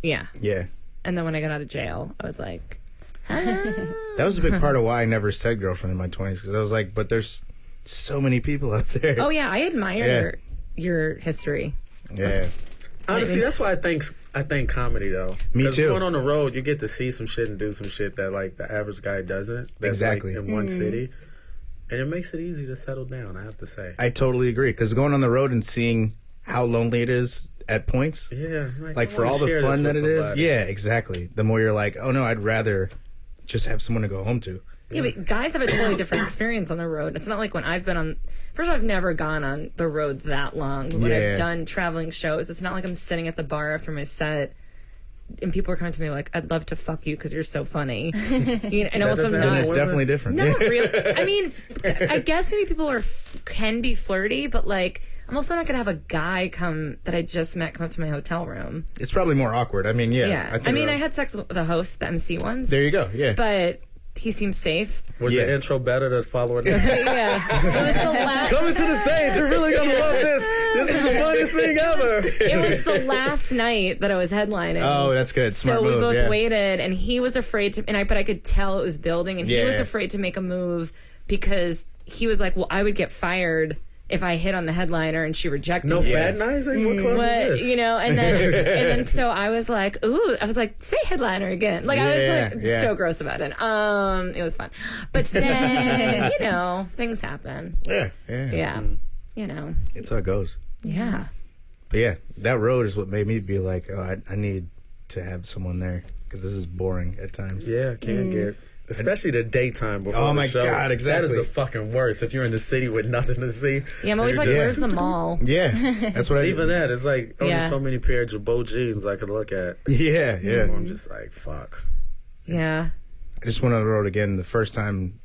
[SPEAKER 2] yeah.
[SPEAKER 1] Yeah.
[SPEAKER 2] And then when I got out of jail, I was like,
[SPEAKER 1] That was a big part of why I never said girlfriend in my 20s because I was like, but there's so many people out there.
[SPEAKER 2] "Oh yeah, I admire your history."
[SPEAKER 1] yeah.
[SPEAKER 4] Honestly, that's why I think I think comedy though.
[SPEAKER 1] Me
[SPEAKER 4] 'Cause
[SPEAKER 1] too.
[SPEAKER 4] Going on the road, you get to see some shit and do some shit that like the average guy doesn't. That's
[SPEAKER 1] Exactly.
[SPEAKER 4] Like, in
[SPEAKER 2] Mm-hmm.
[SPEAKER 4] one city, and it makes it easy to settle down. I have to say.
[SPEAKER 1] I totally agree because going on the road and seeing how lonely it is at points,
[SPEAKER 4] Yeah.
[SPEAKER 1] like
[SPEAKER 4] I
[SPEAKER 1] for
[SPEAKER 4] wanna
[SPEAKER 1] all the
[SPEAKER 4] share this
[SPEAKER 1] fun
[SPEAKER 4] with
[SPEAKER 1] that it is.
[SPEAKER 4] somebody.
[SPEAKER 1] Yeah, exactly. The more you're like, oh no, I'd rather just have someone to go home to.
[SPEAKER 2] Yeah, but guys have a totally different experience on the road. It's not like when I've been on. First of all, I've never gone on the road that long. But when
[SPEAKER 1] Yeah.
[SPEAKER 2] I've done traveling shows, it's not like I'm sitting at the bar after my set and people are coming to me like, "I'd love to fuck you because you're so funny," you know, and also
[SPEAKER 4] doesn't
[SPEAKER 2] not.
[SPEAKER 4] happen.
[SPEAKER 1] It's
[SPEAKER 4] Women-
[SPEAKER 1] definitely different.
[SPEAKER 2] Not real. I mean, I guess maybe people are f- can be flirty, but like, I'm also not gonna have a guy come that I just met come up to my hotel room.
[SPEAKER 1] It's probably more awkward. I mean, yeah.
[SPEAKER 2] Yeah, I, mean,
[SPEAKER 1] that-
[SPEAKER 2] I had sex with the host, the MC once.
[SPEAKER 1] There you go. Yeah.
[SPEAKER 2] But he seems safe.
[SPEAKER 4] Was
[SPEAKER 1] Yeah.
[SPEAKER 4] the intro better than following? Coming
[SPEAKER 2] Yeah, it was the last.
[SPEAKER 4] to the stage, you're really gonna love this. This is the funniest thing ever.
[SPEAKER 2] It was the last night that I was headlining.
[SPEAKER 1] oh, that's good. Smart
[SPEAKER 2] so we
[SPEAKER 1] move.
[SPEAKER 2] both
[SPEAKER 1] yeah.
[SPEAKER 2] waited, and he was afraid to, and I, but I could tell it was building, and he
[SPEAKER 1] Yeah.
[SPEAKER 2] was afraid to make a move because he was like, "Well, I would get fired if I hit on the headliner and she rejected
[SPEAKER 4] No
[SPEAKER 2] me."
[SPEAKER 4] fat nice. Like, what club
[SPEAKER 2] But
[SPEAKER 4] is this?
[SPEAKER 2] Mm. you know, and then and then so I was like, ooh, I was like, say headliner again. Like I
[SPEAKER 1] Yeah,
[SPEAKER 2] was like
[SPEAKER 1] yeah.
[SPEAKER 2] so gross about it. Um, it was fun, but then you know things happen.
[SPEAKER 1] Yeah, yeah.
[SPEAKER 2] Yeah, you know,
[SPEAKER 1] It's how it goes.
[SPEAKER 2] yeah.
[SPEAKER 1] But yeah, that road is what made me be like, oh, I, I need to have someone there because this is boring at times.
[SPEAKER 4] Yeah, can
[SPEAKER 2] Mm.
[SPEAKER 4] get. Especially the daytime before
[SPEAKER 1] Oh
[SPEAKER 4] the
[SPEAKER 1] my
[SPEAKER 4] show.
[SPEAKER 1] God,
[SPEAKER 4] That is
[SPEAKER 1] exactly.
[SPEAKER 4] the fucking worst. If you're in the city with nothing to see,
[SPEAKER 2] Yeah, I'm always like,
[SPEAKER 1] Yeah.
[SPEAKER 2] where's the mall?
[SPEAKER 1] Yeah, that's what I
[SPEAKER 4] even that it's like only
[SPEAKER 2] Yeah.
[SPEAKER 4] so many pairs of bow jeans I could look at.
[SPEAKER 1] Yeah, yeah.
[SPEAKER 4] I'm just like fuck.
[SPEAKER 2] Yeah.
[SPEAKER 1] I just went on the road again the first time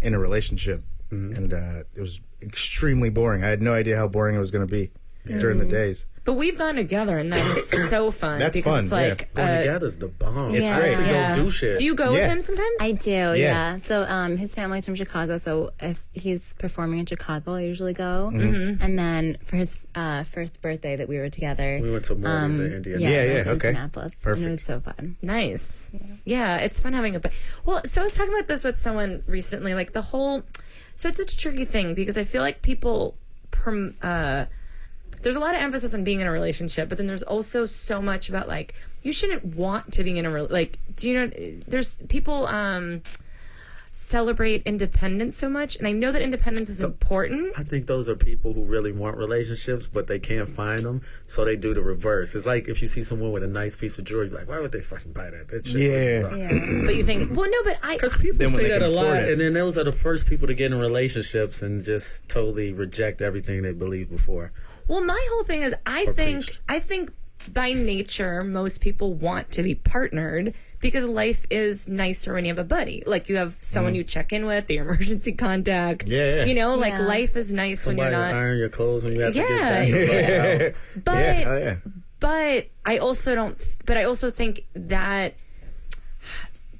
[SPEAKER 1] in a relationship, and uh, it was extremely boring. I had no idea how boring it was going to be during the days.
[SPEAKER 2] But we've gone together, and that was so fun.
[SPEAKER 1] That's
[SPEAKER 2] because
[SPEAKER 1] fun,
[SPEAKER 2] It's like,
[SPEAKER 4] Going
[SPEAKER 2] uh,
[SPEAKER 4] together's the bomb.
[SPEAKER 1] It's
[SPEAKER 4] I
[SPEAKER 1] great.
[SPEAKER 4] actually
[SPEAKER 2] Yeah.
[SPEAKER 4] go do shit.
[SPEAKER 2] do you go with
[SPEAKER 1] Yeah.
[SPEAKER 2] him sometimes?
[SPEAKER 3] I do, yeah. So um, his family's from Chicago, so if he's performing in Chicago, I usually go.
[SPEAKER 2] Mm-hmm.
[SPEAKER 3] And then for his uh, first birthday that we were together, um,
[SPEAKER 4] we went to Mormons in Indiana.
[SPEAKER 1] Yeah,
[SPEAKER 3] yeah, we
[SPEAKER 1] yeah,
[SPEAKER 3] went to
[SPEAKER 1] okay.
[SPEAKER 3] Indianapolis, and
[SPEAKER 1] Perfect.
[SPEAKER 3] it was so fun.
[SPEAKER 2] nice. Yeah. it's fun having a. But well, so I was talking about this with someone recently. Like the whole. So it's such a tricky thing because I feel like people. Perm, uh, there's a lot of emphasis on being in a relationship, but then there's also so much about like you shouldn't want to be in a rel like. Do you know? There's people. um celebrate independence so much and i know that independence is important
[SPEAKER 4] I think those are people who really want relationships, but they can't find them, so they do the reverse. It's like if you see someone with a nice piece of jewelry, you're like, why would they fucking buy that? That shit.
[SPEAKER 1] Yeah.
[SPEAKER 2] but you think well no but i
[SPEAKER 4] Because people
[SPEAKER 1] Then when
[SPEAKER 4] say
[SPEAKER 1] they
[SPEAKER 4] that a
[SPEAKER 1] can
[SPEAKER 4] lot,
[SPEAKER 1] afford it.
[SPEAKER 4] and then those are the first people to get in relationships and just totally reject everything they believed before.
[SPEAKER 2] Well, my whole thing is I
[SPEAKER 1] Oh,
[SPEAKER 2] think
[SPEAKER 4] preached.
[SPEAKER 2] I think by nature most people want to be partnered because life is nicer when you have a buddy. Like you have someone you check in with, your emergency contact.
[SPEAKER 1] Mm. Yeah, yeah.
[SPEAKER 2] You know, like
[SPEAKER 3] Yeah.
[SPEAKER 2] life is nice
[SPEAKER 4] Somebody
[SPEAKER 2] when
[SPEAKER 4] will
[SPEAKER 2] you're not
[SPEAKER 4] iron your clothes when you have to get
[SPEAKER 2] Yeah.
[SPEAKER 4] back. to the house.
[SPEAKER 2] but
[SPEAKER 1] yeah, oh, yeah.
[SPEAKER 2] but I also don't but I also think that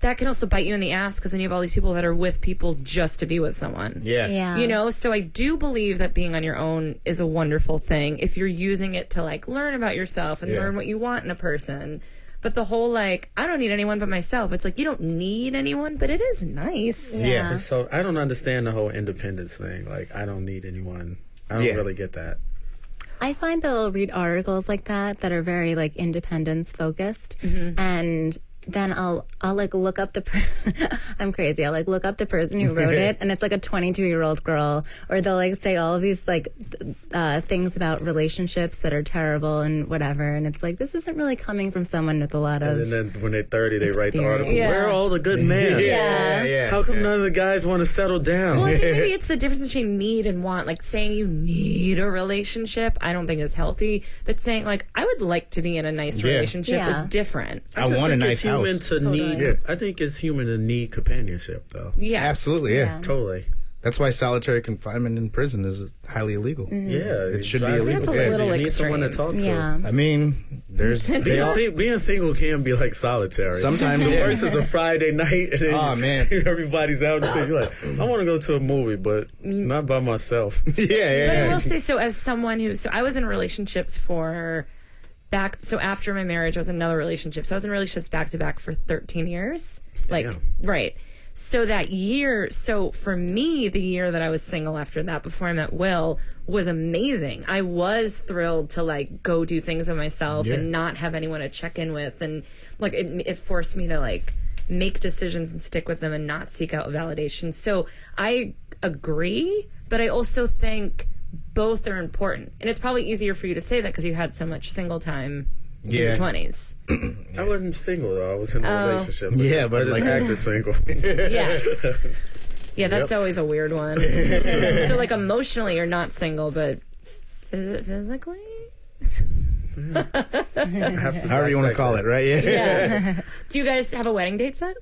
[SPEAKER 2] that can also bite you in the ass because then you have all these people that are with people just to be with someone.
[SPEAKER 1] Yeah.
[SPEAKER 3] Yeah.
[SPEAKER 2] You know, so I do believe that being on your own is a wonderful thing if you're using it to like learn about yourself and
[SPEAKER 1] Yeah.
[SPEAKER 2] learn what you want in a person. But the whole like, I don't need anyone but myself. It's like you don't need anyone, but it is nice.
[SPEAKER 1] Yeah.
[SPEAKER 3] Yeah.
[SPEAKER 4] So I don't understand the whole independence thing. Like I don't need anyone. I don't
[SPEAKER 1] Yeah.
[SPEAKER 4] really get that.
[SPEAKER 3] I find that I'll read articles like that that are very like independence focused, and then I'll I'll like look up the per- I'm crazy. I'll like look up the person who wrote it, and it's like a 22 year old girl. Or they'll like say all of these like th- uh, things about relationships that are terrible and whatever. And it's like this isn't really coming from someone with a lot of.
[SPEAKER 4] And then when they're 30, they write the
[SPEAKER 3] Experience.
[SPEAKER 4] article.
[SPEAKER 2] Yeah.
[SPEAKER 4] Where are all the good men?
[SPEAKER 1] yeah, yeah.
[SPEAKER 4] How come none of the guys want to settle down?
[SPEAKER 2] Well, I think maybe it's the difference between need and want. Like saying you need a relationship, I don't think is healthy. But saying like I would like to be in a nice
[SPEAKER 1] Yeah.
[SPEAKER 2] relationship
[SPEAKER 3] Yeah.
[SPEAKER 2] is different.
[SPEAKER 1] I,
[SPEAKER 4] just
[SPEAKER 1] want a
[SPEAKER 4] think
[SPEAKER 1] nice
[SPEAKER 4] it's human
[SPEAKER 1] house.
[SPEAKER 4] to need.
[SPEAKER 1] Yeah.
[SPEAKER 4] I think it's human to need companionship, though.
[SPEAKER 2] Yeah,
[SPEAKER 1] Absolutely, yeah.
[SPEAKER 3] Yeah.
[SPEAKER 4] Totally.
[SPEAKER 1] That's why solitary confinement in prison is highly illegal.
[SPEAKER 4] Yeah,
[SPEAKER 1] It should be
[SPEAKER 4] drive-
[SPEAKER 1] illegal. That's a
[SPEAKER 4] Yeah,
[SPEAKER 2] little
[SPEAKER 4] you need someone to
[SPEAKER 2] extreme.
[SPEAKER 4] talk to.
[SPEAKER 3] yeah.
[SPEAKER 1] I mean, there's they
[SPEAKER 4] Being,
[SPEAKER 1] all-
[SPEAKER 4] sing- being single can be like solitary.
[SPEAKER 1] sometimes yeah.
[SPEAKER 4] First is a Friday night, and then
[SPEAKER 1] Aw, man.
[SPEAKER 4] everybody's out. And shit. You're like, I want to go to a movie, but
[SPEAKER 2] Mm.
[SPEAKER 4] not by myself.
[SPEAKER 1] yeah,
[SPEAKER 2] But I
[SPEAKER 1] yeah,
[SPEAKER 2] will say, so as someone who, so I was in relationships for back, so after my marriage, I was in another relationship. So I was in relationships back to back for 13 years. Like,
[SPEAKER 4] Damn.
[SPEAKER 2] right. So that year, so for me, the year that I was single after that, before I met Will, was amazing. I was thrilled to like go do things by myself
[SPEAKER 1] Yeah.
[SPEAKER 2] and not have anyone to check in with. And like, it, it forced me to like make decisions and stick with them and not seek out validation. So I agree, but I also think both are important. And it's probably easier for you to say that because you had so much single time in your
[SPEAKER 1] Yeah.
[SPEAKER 2] 20s.
[SPEAKER 4] I wasn't single though. I was in a
[SPEAKER 2] Oh.
[SPEAKER 4] relationship.
[SPEAKER 1] Yeah,
[SPEAKER 4] I
[SPEAKER 1] but
[SPEAKER 4] just
[SPEAKER 1] like-
[SPEAKER 4] acted single.
[SPEAKER 2] Yes. yeah, that's always a weird one. so, like, emotionally, you're not single, but phys- physically?
[SPEAKER 1] However you want to call it, right? Yeah.
[SPEAKER 2] Yeah. Do you guys have a wedding date set?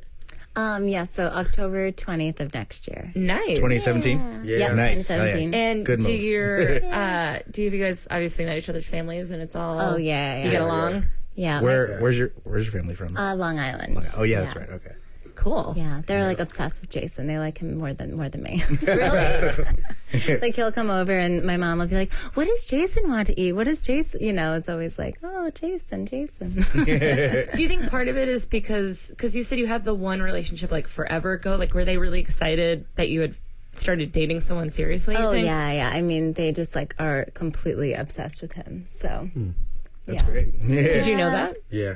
[SPEAKER 3] Um. Yeah. So October 20th of next year.
[SPEAKER 2] Nice.
[SPEAKER 1] 2017.
[SPEAKER 4] Yeah.
[SPEAKER 3] Yep,
[SPEAKER 1] Nice. Oh, yeah.
[SPEAKER 3] 17.
[SPEAKER 2] And
[SPEAKER 1] Good
[SPEAKER 2] do
[SPEAKER 1] move.
[SPEAKER 2] your uh, do you guys obviously met each other's families and it's all
[SPEAKER 3] Oh, yeah, yeah.
[SPEAKER 2] you get along
[SPEAKER 3] Yeah.
[SPEAKER 1] Where where's your where's your family from?
[SPEAKER 3] Uh, Long Island.
[SPEAKER 1] oh yeah, that's right. Okay.
[SPEAKER 2] cool
[SPEAKER 3] Yeah, they're like obsessed with Jason. They like him more than more than me.
[SPEAKER 2] really
[SPEAKER 3] like he'll come over and my mom will be like, "What does Jason want to eat? What does Jason?" You know, it's always like, "Oh, Jason, Jason."
[SPEAKER 2] Do you think part of it is because because you said you had the one relationship like forever ago? Like, were they really excited that you had started dating someone seriously? you
[SPEAKER 3] oh
[SPEAKER 2] think?
[SPEAKER 3] yeah, yeah. I mean, they just like are completely obsessed with him. So
[SPEAKER 1] That's great. Yeah.
[SPEAKER 2] Did you know that?
[SPEAKER 4] Yeah.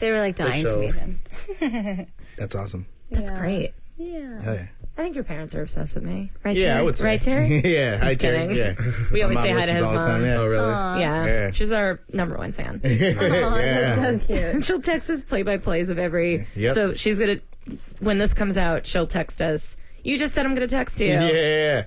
[SPEAKER 3] they were like dying to meet
[SPEAKER 4] shows.
[SPEAKER 3] him.
[SPEAKER 1] That's awesome.
[SPEAKER 2] That's great.
[SPEAKER 3] Yeah.
[SPEAKER 1] Hell yeah.
[SPEAKER 2] I think your parents are obsessed with me.
[SPEAKER 3] Right,
[SPEAKER 1] Yeah,
[SPEAKER 3] Terry?
[SPEAKER 1] I would say.
[SPEAKER 3] Right, Terry?
[SPEAKER 1] yeah, hi Terry.
[SPEAKER 2] kidding.
[SPEAKER 1] Yeah.
[SPEAKER 2] We
[SPEAKER 1] My
[SPEAKER 2] always
[SPEAKER 1] mom
[SPEAKER 2] say hi to
[SPEAKER 1] listens
[SPEAKER 2] his
[SPEAKER 1] all the time,
[SPEAKER 2] mom.
[SPEAKER 4] Oh really?
[SPEAKER 2] Yeah.
[SPEAKER 1] Yeah.
[SPEAKER 2] she's our number one fan.
[SPEAKER 3] Oh,
[SPEAKER 1] yeah.
[SPEAKER 3] that's so cute.
[SPEAKER 2] she'll text us play by plays of every.
[SPEAKER 1] Yep.
[SPEAKER 2] So she's gonna when this comes out, she'll text us. You just said I'm gonna text you.
[SPEAKER 1] yeah. Yeah.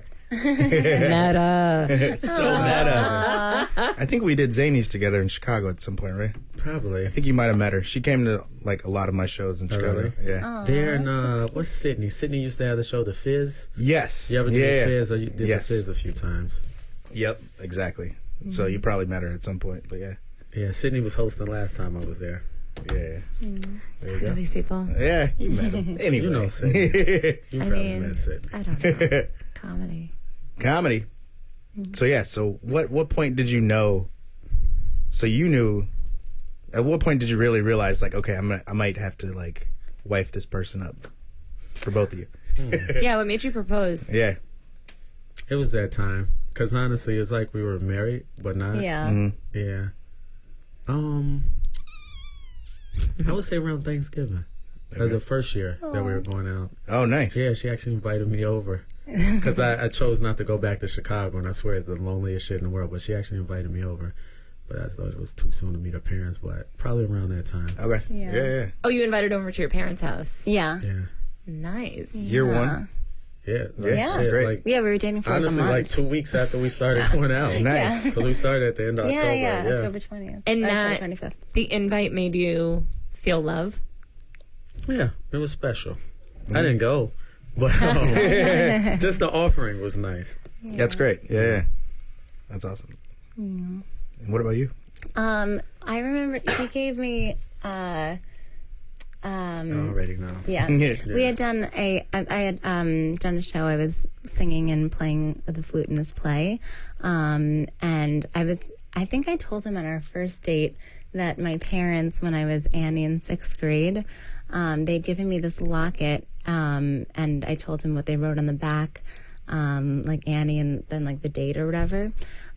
[SPEAKER 2] Meta.
[SPEAKER 1] So meta. I think we did Zanies together in Chicago at some point, right? I
[SPEAKER 4] Probably.
[SPEAKER 1] think you might have met her. She came to like a lot of my shows in Chicago.
[SPEAKER 4] really?
[SPEAKER 1] Yeah.
[SPEAKER 4] There in uh, what's Sydney? Sydney used to have the show The Fizz.
[SPEAKER 1] Yes.
[SPEAKER 4] You ever did
[SPEAKER 1] yeah.
[SPEAKER 4] The Fizz? I did
[SPEAKER 1] Yes.
[SPEAKER 4] The Fizz a few times.
[SPEAKER 1] Yep. Exactly. So you probably met her at some point, but yeah.
[SPEAKER 4] Yeah, Sydney was hosting last time I was there.
[SPEAKER 1] Yeah. There you
[SPEAKER 2] Know
[SPEAKER 1] go.
[SPEAKER 2] these people.
[SPEAKER 1] Yeah, you met him. Anyway.
[SPEAKER 4] You know Sydney. You
[SPEAKER 2] I
[SPEAKER 4] probably
[SPEAKER 2] mean-
[SPEAKER 4] met Sydney.
[SPEAKER 2] I don't know. Comedy.
[SPEAKER 1] Comedy. So yeah, so what what point did you know so you knew at what point did you really realize like okay, I'm gonna, I might have to like wife this person up for both of you.
[SPEAKER 2] Yeah, what made you propose?
[SPEAKER 1] Yeah.
[SPEAKER 4] It was that time. Because honestly, it's like we were married, but not.
[SPEAKER 3] Yeah.
[SPEAKER 1] Hmm. Mm-hmm.
[SPEAKER 4] Yeah. Um, I would say around Thanksgiving. That was the first year that we were going out.
[SPEAKER 1] Oh, nice.
[SPEAKER 4] Yeah, she actually invited me over. Because I, I chose not to go back to Chicago, and I swear it's the loneliest shit in the world. But she actually invited me over. But I thought it was too soon to meet her parents, but probably around that time.
[SPEAKER 1] Okay. Yeah.
[SPEAKER 3] Yeah.
[SPEAKER 1] yeah, yeah.
[SPEAKER 2] Oh, you invited over to your parents' house.
[SPEAKER 3] Yeah.
[SPEAKER 4] Yeah.
[SPEAKER 2] Nice.
[SPEAKER 1] Year
[SPEAKER 3] Yeah.
[SPEAKER 1] 1.
[SPEAKER 4] Yeah. Like,
[SPEAKER 1] Yeah.
[SPEAKER 4] shit,
[SPEAKER 1] Great.
[SPEAKER 4] Like,
[SPEAKER 3] Yeah, we were dating for
[SPEAKER 4] honestly,
[SPEAKER 3] like a
[SPEAKER 4] like
[SPEAKER 3] month.
[SPEAKER 4] two weeks after we started going out.
[SPEAKER 1] Nice.
[SPEAKER 4] Because we started at the end of
[SPEAKER 3] yeah,
[SPEAKER 4] October.
[SPEAKER 3] yeah,
[SPEAKER 4] yeah.
[SPEAKER 3] October 20th.
[SPEAKER 2] And
[SPEAKER 3] Oh, sorry,
[SPEAKER 2] that-
[SPEAKER 3] 25th.
[SPEAKER 2] The invite made you feel love.
[SPEAKER 4] Yeah, it was special.
[SPEAKER 1] Mm-hmm.
[SPEAKER 4] I didn't go, but um, just the offering was nice.
[SPEAKER 1] That's great. Yeah, yeah. That's awesome. And what about you?
[SPEAKER 3] Um, I remember he gave me. Uh, um,
[SPEAKER 1] Mm-hmm.
[SPEAKER 4] Already now.
[SPEAKER 3] yeah.
[SPEAKER 1] Yeah.
[SPEAKER 3] we had done a. I, I had um, done a show. I was singing and playing the flute in this play, um, and I was. I think I told him on our first date that my parents, when I was Annie in sixth grade, um, they'd given me this locket, um, and I told him what they wrote on the back, um, like Annie, and then like the date or whatever.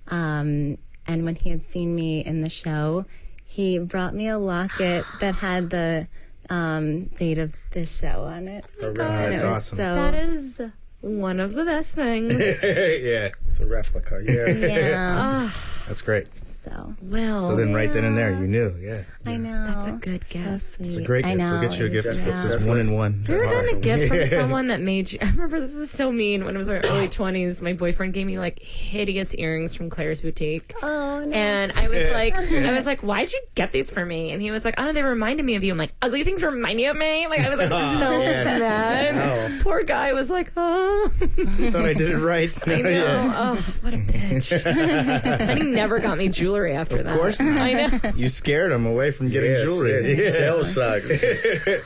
[SPEAKER 3] Um, and when he had seen me in the show, he brought me a locket that had the um, date of the show on it.
[SPEAKER 1] God.
[SPEAKER 4] A
[SPEAKER 3] And
[SPEAKER 1] That's
[SPEAKER 3] it was
[SPEAKER 1] awesome.
[SPEAKER 3] so
[SPEAKER 2] That is one of the best things.
[SPEAKER 1] yeah,
[SPEAKER 4] It's a replica. Yeah.
[SPEAKER 3] yeah.
[SPEAKER 1] that's great.
[SPEAKER 3] so
[SPEAKER 2] well,
[SPEAKER 1] So then, right then and there, you knew. Yeah,
[SPEAKER 3] I know
[SPEAKER 2] that's a good
[SPEAKER 3] So
[SPEAKER 2] gift.
[SPEAKER 1] it's a
[SPEAKER 3] sweet.
[SPEAKER 1] great
[SPEAKER 3] I
[SPEAKER 1] gift.
[SPEAKER 3] know.
[SPEAKER 1] We'll get you a
[SPEAKER 3] it
[SPEAKER 1] gift.
[SPEAKER 3] was
[SPEAKER 1] That's
[SPEAKER 4] That's- that's-
[SPEAKER 3] just-
[SPEAKER 1] just one in one.
[SPEAKER 2] I ever
[SPEAKER 1] That's
[SPEAKER 2] got a
[SPEAKER 1] awesome.
[SPEAKER 2] gift from someone that made you. I remember this is so mean. When I was in my early 20s, my boyfriend gave me like hideous earrings from Claire's Boutique.
[SPEAKER 3] Oh, no.
[SPEAKER 2] And I was like, I was like, why'd you get these for me? And he was like, I don't know, they reminded me of you. I'm like, ugly things remind you of me? Like, I was like, so
[SPEAKER 1] yeah.
[SPEAKER 4] Oh,
[SPEAKER 2] mad. Poor guy was like, oh.
[SPEAKER 1] I thought I did it right.
[SPEAKER 2] I know. Oh, what a bitch. and he never got me jewelry after that.
[SPEAKER 1] Of course, not.
[SPEAKER 2] I know.
[SPEAKER 1] you scared him away from getting
[SPEAKER 4] Yeah,
[SPEAKER 1] jewelry.
[SPEAKER 4] shit. Shell shock.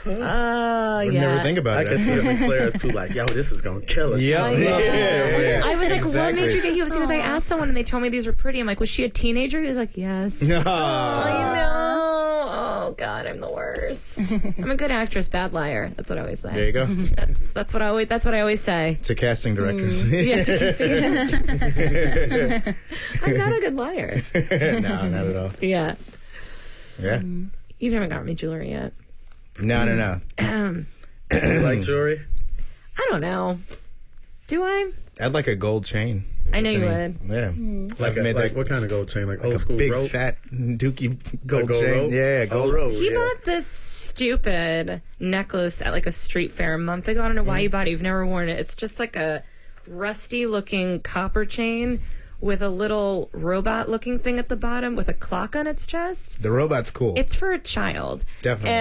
[SPEAKER 2] Oh,
[SPEAKER 1] Would
[SPEAKER 2] yeah.
[SPEAKER 1] never think
[SPEAKER 4] I
[SPEAKER 1] about
[SPEAKER 4] can see
[SPEAKER 1] it.
[SPEAKER 4] it in Claire's too. Like, yo, this is gonna kill us.
[SPEAKER 1] Yeah, yeah, yeah.
[SPEAKER 2] I was like, what made
[SPEAKER 1] Exactly.
[SPEAKER 2] you think it was? He was like, I asked someone and they told me these were pretty. I'm like, was she a teenager? He was like, yes. I
[SPEAKER 1] No.
[SPEAKER 2] know. Oh God, I'm the worst. I'm a good actress, bad liar. That's what I always
[SPEAKER 1] There
[SPEAKER 2] say.
[SPEAKER 1] you go.
[SPEAKER 2] That's, that's what I always. That's what I always say.
[SPEAKER 1] to casting directors.
[SPEAKER 2] Mm. Yeah, I'm not a good liar.
[SPEAKER 1] no, not at all.
[SPEAKER 2] Yeah,
[SPEAKER 1] Yeah.
[SPEAKER 2] you haven't got me jewelry yet.
[SPEAKER 1] No, no, no.
[SPEAKER 2] Um,
[SPEAKER 4] You like jewelry?
[SPEAKER 2] I don't know. Do I?
[SPEAKER 1] I'd like a gold chain.
[SPEAKER 2] I know you
[SPEAKER 1] Any-
[SPEAKER 2] would. Mm.
[SPEAKER 1] Yeah.
[SPEAKER 4] Like,
[SPEAKER 1] I've
[SPEAKER 4] a,
[SPEAKER 1] made
[SPEAKER 4] like
[SPEAKER 1] that-
[SPEAKER 4] what kind of gold chain? Like,
[SPEAKER 1] Like
[SPEAKER 4] old
[SPEAKER 1] a
[SPEAKER 4] school
[SPEAKER 1] big
[SPEAKER 4] rope?
[SPEAKER 1] fat dookie
[SPEAKER 4] Like
[SPEAKER 1] gold,
[SPEAKER 4] gold
[SPEAKER 1] chain.
[SPEAKER 4] rope?
[SPEAKER 1] Yeah,
[SPEAKER 4] Old
[SPEAKER 1] gold
[SPEAKER 4] school.
[SPEAKER 1] rope.
[SPEAKER 2] He
[SPEAKER 1] yeah.
[SPEAKER 2] bought this stupid necklace at like a street fair a month ago. I don't know
[SPEAKER 4] Mm-hmm.
[SPEAKER 2] why you bought it. You've never worn it. It's just like a rusty looking copper chain with a little robot looking thing at the bottom with a clock on its chest.
[SPEAKER 1] The robot's cool.
[SPEAKER 2] It's for a child.
[SPEAKER 1] Definitely.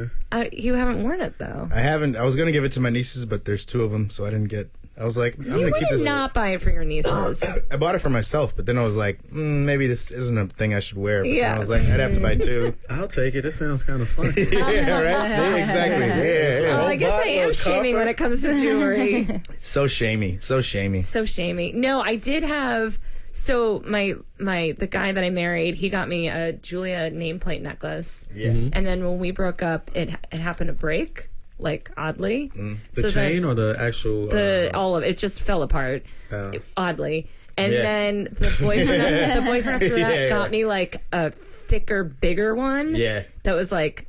[SPEAKER 2] And I, you haven't worn it though.
[SPEAKER 1] I haven't. I was gonna give it to my nieces, but there's two of them, so I didn't get. I was like, I'm
[SPEAKER 2] You
[SPEAKER 1] gonna keep
[SPEAKER 2] would
[SPEAKER 1] this.
[SPEAKER 2] not buy it for your nieces.
[SPEAKER 1] I bought it for myself, but then I was like, mm, maybe this isn't a thing I should wear. But then
[SPEAKER 2] Yeah.
[SPEAKER 1] I was like, I'd have to buy two.
[SPEAKER 4] I'll take it. This sounds kind of fun.
[SPEAKER 1] yeah, right. See, exactly. Yeah, yeah.
[SPEAKER 2] well, I guess I
[SPEAKER 4] Robot
[SPEAKER 2] am
[SPEAKER 4] or
[SPEAKER 2] shaming
[SPEAKER 4] copper?
[SPEAKER 2] when it comes to jewelry.
[SPEAKER 1] So shamey. So shamey.
[SPEAKER 2] so shamey. No, I did have. So my my the guy that I married, he got me a Julia nameplate necklace. Yeah.
[SPEAKER 4] Mm-hmm.
[SPEAKER 2] And then when we broke up, it it happened to break, like oddly.
[SPEAKER 4] The
[SPEAKER 2] so then
[SPEAKER 4] chain or the actual?
[SPEAKER 2] the all of it just fell apart,
[SPEAKER 4] Oh.
[SPEAKER 2] oddly. And
[SPEAKER 1] Yeah.
[SPEAKER 2] then the boyfriend, after, the boyfriend after that
[SPEAKER 1] Yeah, yeah.
[SPEAKER 2] got me like a thicker, bigger one.
[SPEAKER 1] Yeah.
[SPEAKER 2] That was like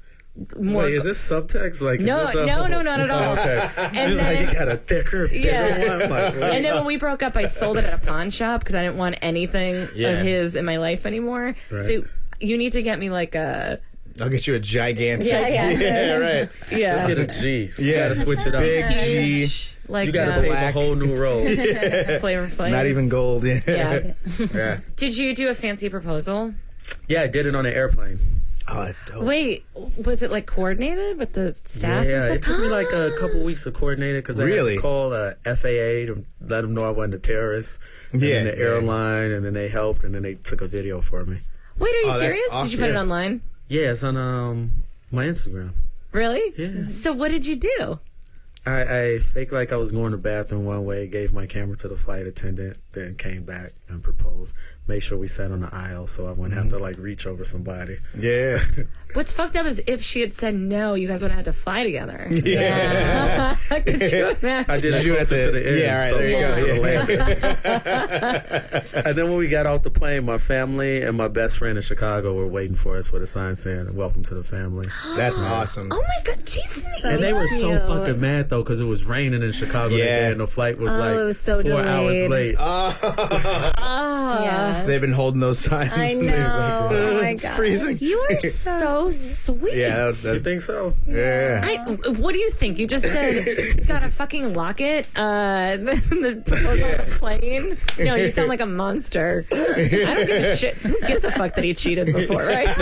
[SPEAKER 2] more.
[SPEAKER 4] uh, Wait, is this subtext? Like, is
[SPEAKER 2] no,
[SPEAKER 4] this a- Oh,
[SPEAKER 2] no, no, not at all.
[SPEAKER 4] Okay.
[SPEAKER 2] And
[SPEAKER 4] Just like
[SPEAKER 2] then-
[SPEAKER 4] you got a thicker, bigger
[SPEAKER 2] Yeah.
[SPEAKER 4] one. I'm like, wait.
[SPEAKER 2] And then when we broke up, I sold it at a pawn shop because I didn't want anything
[SPEAKER 1] Yeah.
[SPEAKER 2] of his in my life anymore.
[SPEAKER 4] Right.
[SPEAKER 2] So you need to get me like a
[SPEAKER 1] I'll get you a gigantic.
[SPEAKER 3] Yeah, yeah.
[SPEAKER 1] yeah right.
[SPEAKER 2] yeah,
[SPEAKER 4] Just get a G. So
[SPEAKER 1] Yeah.
[SPEAKER 4] You gotta switch it up.
[SPEAKER 1] Big G.
[SPEAKER 2] huge, like
[SPEAKER 4] You gotta
[SPEAKER 2] a
[SPEAKER 4] pave a
[SPEAKER 1] black.
[SPEAKER 4] whole new road.
[SPEAKER 2] flavor flavor.
[SPEAKER 1] Not even gold. Yeah.
[SPEAKER 2] Yeah.
[SPEAKER 1] Yeah.
[SPEAKER 2] Did you do a fancy proposal?
[SPEAKER 4] yeah, I did it on an airplane.
[SPEAKER 1] Oh, that's dope.
[SPEAKER 2] Wait, was it like coordinated with the staff?
[SPEAKER 4] Yeah,
[SPEAKER 2] and
[SPEAKER 4] it
[SPEAKER 2] stuff?
[SPEAKER 4] took me like a couple weeks to coordinate it because I had
[SPEAKER 1] Really?
[SPEAKER 4] to call uh, FAA to let them know I wasn't a terrorist. And
[SPEAKER 1] Yeah,
[SPEAKER 4] then the
[SPEAKER 1] yeah.
[SPEAKER 4] airline, and then they helped, and then they took a video for me.
[SPEAKER 2] Wait, are you
[SPEAKER 1] Oh, that's
[SPEAKER 2] serious? Did you
[SPEAKER 1] awesome.
[SPEAKER 2] put it
[SPEAKER 1] Yeah.
[SPEAKER 2] online?
[SPEAKER 4] Yeah, it's on um my Instagram.
[SPEAKER 2] Really?
[SPEAKER 4] Yeah.
[SPEAKER 2] So what did you do?
[SPEAKER 4] I, I faked like I was going to the bathroom one way, gave my camera to the flight attendant, then came back and proposed. Made sure we sat on the aisle so I wouldn't
[SPEAKER 1] Mm-hmm.
[SPEAKER 4] have to like reach over somebody.
[SPEAKER 1] Yeah.
[SPEAKER 2] What's fucked up is if she had said no, you guys would have had to fly together.
[SPEAKER 1] Yeah.
[SPEAKER 2] Could you imagine?
[SPEAKER 4] I did
[SPEAKER 1] Did
[SPEAKER 4] it
[SPEAKER 1] you do it
[SPEAKER 4] closer
[SPEAKER 1] at
[SPEAKER 4] to
[SPEAKER 1] the-
[SPEAKER 4] the end.
[SPEAKER 1] yeah, all right,
[SPEAKER 4] so
[SPEAKER 1] there you
[SPEAKER 4] closer
[SPEAKER 1] go,
[SPEAKER 4] to the landing. and then when we got off the plane, my family and my best friend in Chicago were waiting for us with a sign saying "Welcome to the family."
[SPEAKER 1] That's awesome.
[SPEAKER 2] Oh my god, Jesus!
[SPEAKER 4] And they were so
[SPEAKER 3] Cute.
[SPEAKER 4] fucking mad though because it was raining in Chicago
[SPEAKER 1] Yeah. Oh,
[SPEAKER 4] that day, and the flight was
[SPEAKER 3] Oh,
[SPEAKER 4] like
[SPEAKER 3] it was so
[SPEAKER 4] four
[SPEAKER 3] delayed.
[SPEAKER 4] hours late.
[SPEAKER 2] Oh
[SPEAKER 3] Yeah.
[SPEAKER 1] They've been holding those signs.
[SPEAKER 3] I know. oh my
[SPEAKER 1] it's
[SPEAKER 3] god.
[SPEAKER 1] freezing.
[SPEAKER 2] You are so sweet.
[SPEAKER 1] Yeah. That was,
[SPEAKER 4] you
[SPEAKER 1] that,
[SPEAKER 4] think so?
[SPEAKER 1] yeah.
[SPEAKER 2] I, what do you think? You just said you got a fucking locket, uh, the proposal on the plane. No, you sound like a monster. I don't give a shit. Who gives a fuck that he cheated before, right?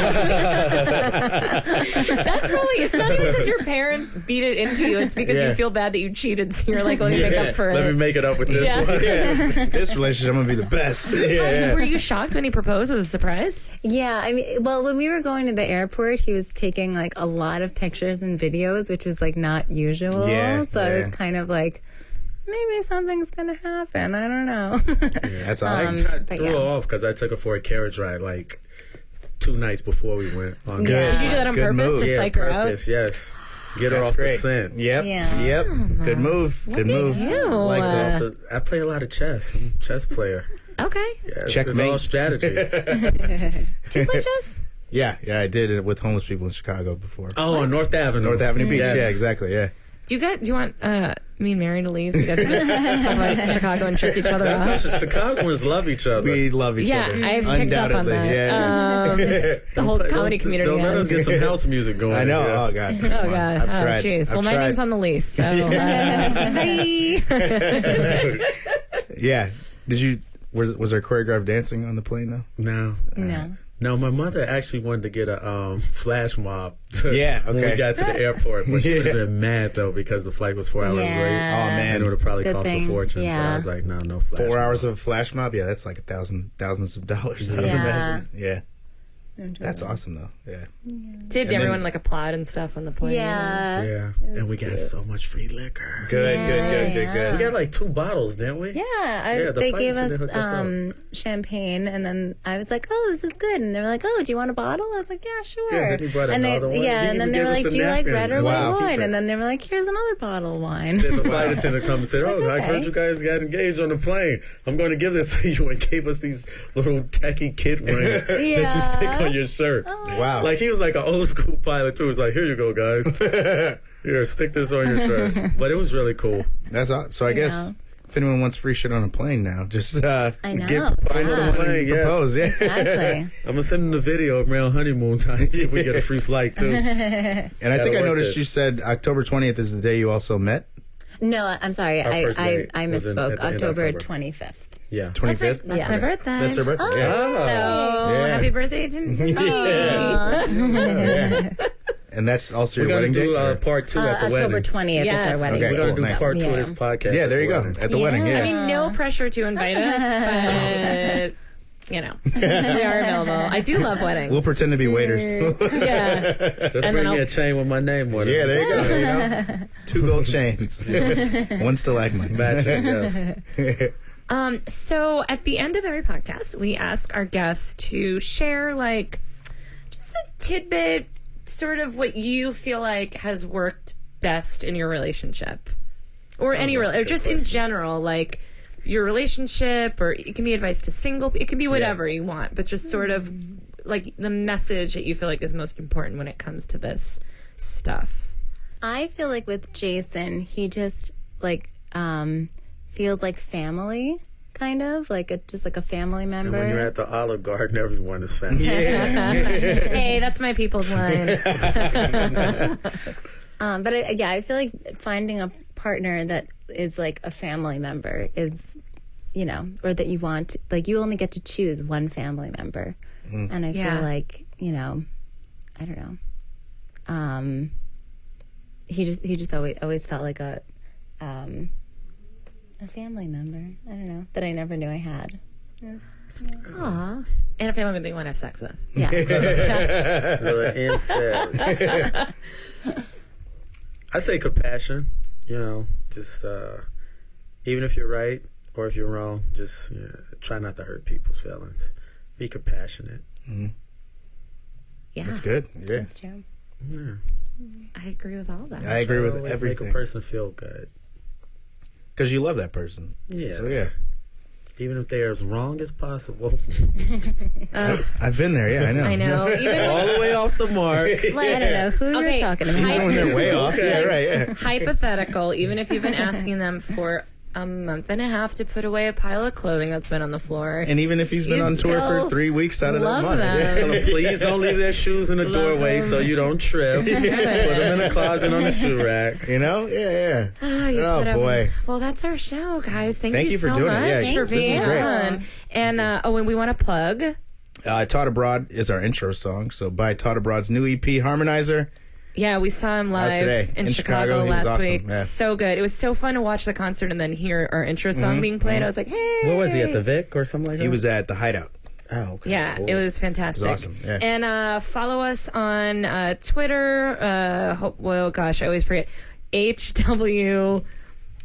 [SPEAKER 2] That's really. It's not even because your parents beat it into you. It's because
[SPEAKER 1] Yeah.
[SPEAKER 2] you feel bad that you cheated. So you're like, let me make
[SPEAKER 1] Yeah.
[SPEAKER 2] up for
[SPEAKER 4] Let
[SPEAKER 2] it.
[SPEAKER 4] me make it up with this
[SPEAKER 2] Yeah.
[SPEAKER 4] one.
[SPEAKER 1] Yeah. this relationship, I'm gonna be the best. Yeah.
[SPEAKER 2] Were Oh, you shocked when he proposed? Was a surprise?
[SPEAKER 3] Yeah, I mean, well, when we were going to the airport, he was taking like a lot of pictures and videos, which was like not usual.
[SPEAKER 1] Yeah,
[SPEAKER 3] so I
[SPEAKER 1] yeah.
[SPEAKER 3] was kind of like, maybe something's gonna happen. I don't know.
[SPEAKER 1] That's
[SPEAKER 2] Um,
[SPEAKER 1] awesome.
[SPEAKER 4] I
[SPEAKER 3] Um, but
[SPEAKER 4] threw
[SPEAKER 3] yeah.
[SPEAKER 4] her off because I took her for a carriage ride like two nights before we went. On
[SPEAKER 3] Yeah.
[SPEAKER 2] Did you do that on
[SPEAKER 1] Good
[SPEAKER 2] purpose
[SPEAKER 1] move.
[SPEAKER 2] to
[SPEAKER 1] Yeah,
[SPEAKER 2] psych her out?
[SPEAKER 4] purpose, yes. Get her
[SPEAKER 1] That's
[SPEAKER 4] off
[SPEAKER 1] great.
[SPEAKER 4] the scent.
[SPEAKER 1] Yep.
[SPEAKER 3] Yeah.
[SPEAKER 1] Yep. Good move. Good
[SPEAKER 2] at
[SPEAKER 1] move.
[SPEAKER 2] you.
[SPEAKER 1] Like that.
[SPEAKER 4] So I play a lot of chess. I'm a chess player.
[SPEAKER 2] Okay.
[SPEAKER 4] Yeah, it's-
[SPEAKER 1] Checkmate.
[SPEAKER 4] It's all strategy.
[SPEAKER 2] Do you play chess?
[SPEAKER 1] Yeah, yeah, I did it with homeless people in Chicago before.
[SPEAKER 4] Oh, on North Avenue.
[SPEAKER 1] North Avenue Beach.
[SPEAKER 4] Yes.
[SPEAKER 1] Yeah, exactly. Yeah.
[SPEAKER 2] Do you guys? Do you want uh, me and Mary to leave? So you guys can just talk about Chicago and trick each other
[SPEAKER 4] That's
[SPEAKER 2] up.
[SPEAKER 4] how Chi- Chicagoans love each other.
[SPEAKER 1] We love each
[SPEAKER 2] Yeah,
[SPEAKER 1] other.
[SPEAKER 2] I've picked up on that.
[SPEAKER 1] Undoubtedly, Yeah.
[SPEAKER 2] Um, the whole
[SPEAKER 4] Don't-
[SPEAKER 2] comedy
[SPEAKER 4] don't-
[SPEAKER 2] community.
[SPEAKER 4] Don't let us
[SPEAKER 2] has.
[SPEAKER 4] get some house music going.
[SPEAKER 1] I know.
[SPEAKER 4] here.
[SPEAKER 1] Oh god. Come
[SPEAKER 2] Um, Oh
[SPEAKER 1] on.
[SPEAKER 2] god.
[SPEAKER 1] I've
[SPEAKER 2] Oh
[SPEAKER 1] tried.
[SPEAKER 2] jeez. Well,
[SPEAKER 1] I've
[SPEAKER 2] my
[SPEAKER 1] tried.
[SPEAKER 2] name's on the lease. So. uh,
[SPEAKER 1] Yeah. Did you? Was was there choreographed dancing on the plane though?
[SPEAKER 4] No.
[SPEAKER 3] No.
[SPEAKER 4] No, my mother actually wanted to get a um, flash mob. To,
[SPEAKER 1] Yeah,
[SPEAKER 4] When we
[SPEAKER 1] okay.
[SPEAKER 4] got to the airport, but she would have
[SPEAKER 1] Yeah.
[SPEAKER 4] been mad though because the flight was four hours
[SPEAKER 3] Yeah.
[SPEAKER 1] Oh
[SPEAKER 4] late. And
[SPEAKER 1] man.
[SPEAKER 4] it would have probably
[SPEAKER 3] Good
[SPEAKER 4] cost
[SPEAKER 3] thing.
[SPEAKER 4] a fortune. But
[SPEAKER 3] Yeah.
[SPEAKER 4] I was like, no, no flash.
[SPEAKER 1] Four
[SPEAKER 4] mob.
[SPEAKER 1] hours of a flash mob. Yeah, that's like a thousand thousands of dollars. I would
[SPEAKER 3] Yeah.
[SPEAKER 1] imagine. Yeah. That's awesome though. Yeah.
[SPEAKER 2] Did
[SPEAKER 1] then-
[SPEAKER 2] everyone like applaud and stuff on the plane?
[SPEAKER 3] Yeah.
[SPEAKER 4] Yeah, and we got so much free liquor.
[SPEAKER 1] Good. Good. Good. Good.
[SPEAKER 4] We
[SPEAKER 1] Good.
[SPEAKER 4] got like two bottles, didn't we?
[SPEAKER 3] Yeah, I,
[SPEAKER 4] Yeah, the
[SPEAKER 3] they
[SPEAKER 4] fight
[SPEAKER 3] gave
[SPEAKER 4] until
[SPEAKER 3] us
[SPEAKER 4] they hook us up.
[SPEAKER 3] um, champagne, and then I was like, "Oh, this is good," and they were like, "Oh, do you want a bottle?" I was like, "Yeah, sure."
[SPEAKER 4] Yeah, then you brought
[SPEAKER 3] and
[SPEAKER 4] another
[SPEAKER 3] they,
[SPEAKER 4] one.
[SPEAKER 3] yeah,
[SPEAKER 4] You
[SPEAKER 3] and then
[SPEAKER 4] even
[SPEAKER 3] they were
[SPEAKER 4] gave us
[SPEAKER 3] like,
[SPEAKER 4] a
[SPEAKER 3] "Do you like
[SPEAKER 4] napkin.
[SPEAKER 3] red or
[SPEAKER 1] Wow.
[SPEAKER 3] white
[SPEAKER 4] Keep
[SPEAKER 3] wine?"
[SPEAKER 4] it.
[SPEAKER 3] And then they were like, "Here's another bottle of wine."
[SPEAKER 4] Then the flight attendant comes and said, "Oh, I
[SPEAKER 3] okay.
[SPEAKER 4] heard you guys got engaged on the plane. I'm going to give this to you." And gave us these little tacky kid rings that you stick
[SPEAKER 3] Yeah. Oh.
[SPEAKER 4] on your shirt.
[SPEAKER 1] Wow.
[SPEAKER 4] Like he was like an old school pilot too. He was like, "Here you go, guys. Here, stick this on your shirt." But it was really cool.
[SPEAKER 1] That's awesome. So I guess
[SPEAKER 3] know.
[SPEAKER 1] if anyone wants free shit on a plane now, just uh,
[SPEAKER 3] I know.
[SPEAKER 1] get find
[SPEAKER 3] Yeah.
[SPEAKER 1] someone
[SPEAKER 4] Plane,
[SPEAKER 1] and
[SPEAKER 4] yes.
[SPEAKER 1] propose. Yeah.
[SPEAKER 3] exactly.
[SPEAKER 4] I'm gonna send him the video of around honeymoon time. See if we get a free flight too.
[SPEAKER 1] And I
[SPEAKER 4] Gotta
[SPEAKER 1] think I
[SPEAKER 4] work
[SPEAKER 1] noticed
[SPEAKER 4] this.
[SPEAKER 1] you said October 20th is the day you also met.
[SPEAKER 3] No, I- I'm sorry.
[SPEAKER 4] Our
[SPEAKER 3] I,
[SPEAKER 4] first
[SPEAKER 3] I,
[SPEAKER 4] date
[SPEAKER 3] I
[SPEAKER 4] was in-
[SPEAKER 3] misspoke.
[SPEAKER 4] at the end of
[SPEAKER 3] October
[SPEAKER 4] October.
[SPEAKER 3] 25th.
[SPEAKER 4] Yeah.
[SPEAKER 1] 25th?
[SPEAKER 2] That's, my, that's
[SPEAKER 3] Yeah.
[SPEAKER 2] my birthday.
[SPEAKER 1] That's her birthday.
[SPEAKER 4] Oh.
[SPEAKER 2] So
[SPEAKER 1] Yeah.
[SPEAKER 2] happy birthday to, to me.
[SPEAKER 1] Yeah. Yeah. And that's also
[SPEAKER 4] We're
[SPEAKER 1] your
[SPEAKER 4] gonna
[SPEAKER 1] wedding
[SPEAKER 4] do
[SPEAKER 1] day?
[SPEAKER 4] uh,
[SPEAKER 1] or-
[SPEAKER 4] part two
[SPEAKER 3] Uh,
[SPEAKER 4] at the
[SPEAKER 3] October
[SPEAKER 4] wedding.
[SPEAKER 3] 20th is
[SPEAKER 2] Yes.
[SPEAKER 3] our wedding.
[SPEAKER 1] Okay,
[SPEAKER 4] We're gonna
[SPEAKER 1] cool,
[SPEAKER 4] do
[SPEAKER 1] nice.
[SPEAKER 4] part two of
[SPEAKER 3] Yeah.
[SPEAKER 4] this podcast.
[SPEAKER 1] yeah,
[SPEAKER 4] at
[SPEAKER 1] there
[SPEAKER 4] the
[SPEAKER 1] you go.
[SPEAKER 4] wedding.
[SPEAKER 1] At the wedding, yeah.
[SPEAKER 2] I mean, no pressure to invite us, but you know, they are available. I do love weddings.
[SPEAKER 1] we'll pretend to be waiters.
[SPEAKER 2] yeah.
[SPEAKER 4] Just
[SPEAKER 2] And then
[SPEAKER 4] bring me
[SPEAKER 2] I'll-
[SPEAKER 4] a chain with my name on it.
[SPEAKER 1] yeah, there you go. you know? Two gold chains. One stalagmite.
[SPEAKER 4] Matching, yes.
[SPEAKER 2] Um, so at the end of every podcast, we ask our guests to share like just a tidbit, sort of what you feel like has worked best in your relationship, or any
[SPEAKER 4] Oh, that's
[SPEAKER 2] real,
[SPEAKER 4] a
[SPEAKER 2] or
[SPEAKER 4] good
[SPEAKER 2] just in general, like your relationship, or it can be advice to single, it can be whatever you want, but just sort of
[SPEAKER 4] Mm-hmm.
[SPEAKER 2] like the message that you feel like is most important when it comes to this stuff.
[SPEAKER 3] I feel like with Jason, he just like um, feels like family, kind of like a, just like a family member.
[SPEAKER 4] When you're at the Olive Garden, everyone is family.
[SPEAKER 2] Hey, that's my people's line.
[SPEAKER 3] Um, but I, yeah, I feel like finding a partner that is like a family member is, you know, or that you want, like you only get to choose one family member. And I
[SPEAKER 2] Yeah.
[SPEAKER 3] feel like, you know, I don't know. Um, he just, he just always, always felt like a, um, a family member. I don't know that I never knew I had.
[SPEAKER 2] Aw. And a family member you want to have sex with.
[SPEAKER 3] Yeah.
[SPEAKER 4] The incest. I say compassion. You know, just uh, even if you're right or if you're wrong, just you know, try not to hurt people's feelings. Be compassionate.
[SPEAKER 2] Yeah.
[SPEAKER 1] Mm-hmm. That's good. Yeah.
[SPEAKER 3] That's true.
[SPEAKER 4] Yeah.
[SPEAKER 2] I agree with all that.
[SPEAKER 1] I agree
[SPEAKER 4] Try to
[SPEAKER 1] with
[SPEAKER 4] always
[SPEAKER 1] everything.
[SPEAKER 4] Make a person feel good.
[SPEAKER 1] Because you love that person.
[SPEAKER 4] Yes.
[SPEAKER 1] So, yeah.
[SPEAKER 4] Even if they're as wrong as possible,
[SPEAKER 2] Um,
[SPEAKER 1] I've been there. Yeah, I know.
[SPEAKER 2] Uh, I know. Even
[SPEAKER 4] all the way off the mark.
[SPEAKER 3] I don't know who
[SPEAKER 2] Okay.
[SPEAKER 3] you're talking about.
[SPEAKER 2] Hi-
[SPEAKER 1] When they're way off. Yeah, right. Yeah.
[SPEAKER 2] hypothetical, even if you've been asking them for a month and a half to put away a pile of clothing that's been on the floor.
[SPEAKER 1] And even if he's been
[SPEAKER 2] You
[SPEAKER 1] on tour
[SPEAKER 2] still
[SPEAKER 1] for three weeks out of that
[SPEAKER 2] love
[SPEAKER 1] month.
[SPEAKER 2] that.
[SPEAKER 1] yeah.
[SPEAKER 4] Tell 'em, please don't leave their shoes in the doorway so you don't trip. Put them in a closet on the shoe rack.
[SPEAKER 1] You know? Yeah, yeah.
[SPEAKER 2] Ah, you
[SPEAKER 1] Oh,
[SPEAKER 2] put up-
[SPEAKER 1] boy.
[SPEAKER 2] Well, that's our show, guys. Thank,
[SPEAKER 1] Thank you for
[SPEAKER 2] so
[SPEAKER 1] doing it.
[SPEAKER 2] much
[SPEAKER 1] Yeah,
[SPEAKER 2] for
[SPEAKER 1] this is
[SPEAKER 2] being
[SPEAKER 1] great.
[SPEAKER 2] on. And uh, oh, and we want to plug.
[SPEAKER 1] Uh, Taught Abroad is our intro song. So buy Taught Abroad's new EP, Harmonizer.
[SPEAKER 2] Yeah, we saw him live
[SPEAKER 1] today.
[SPEAKER 2] in,
[SPEAKER 1] In
[SPEAKER 2] Chicago,
[SPEAKER 1] Chicago, he was
[SPEAKER 2] last
[SPEAKER 1] awesome.
[SPEAKER 2] week.
[SPEAKER 1] Yeah.
[SPEAKER 2] So good. It was so fun to watch the concert and then hear our intro
[SPEAKER 1] Mm-hmm.
[SPEAKER 2] song being played. I was like, hey.
[SPEAKER 4] What was he at the Vic or something like that?
[SPEAKER 1] He was at the Hideout.
[SPEAKER 4] Oh, okay.
[SPEAKER 2] Yeah,
[SPEAKER 4] cool.
[SPEAKER 2] it was fantastic.
[SPEAKER 1] awesome, yeah.
[SPEAKER 2] And uh, follow us on uh, Twitter. Uh, ho- well, gosh, I always forget. HW.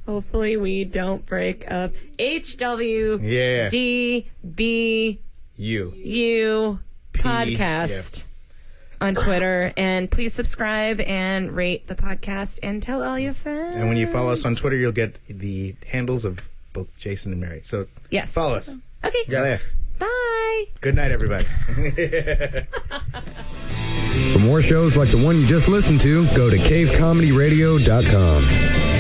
[SPEAKER 2] Hopefully, we don't break up. HWDBU
[SPEAKER 1] Yeah. you.
[SPEAKER 2] podcast on Twitter. And please subscribe and rate the podcast and tell all your friends.
[SPEAKER 1] And when you follow us on Twitter, you'll get the handles of both Jason and Mary. So
[SPEAKER 2] Yes.
[SPEAKER 1] follow us.
[SPEAKER 2] Okay.
[SPEAKER 4] Yes.
[SPEAKER 2] Bye. Bye.
[SPEAKER 1] Good night, everybody.
[SPEAKER 5] For more shows like the one you just listened to, go to cavecomedyradio.com.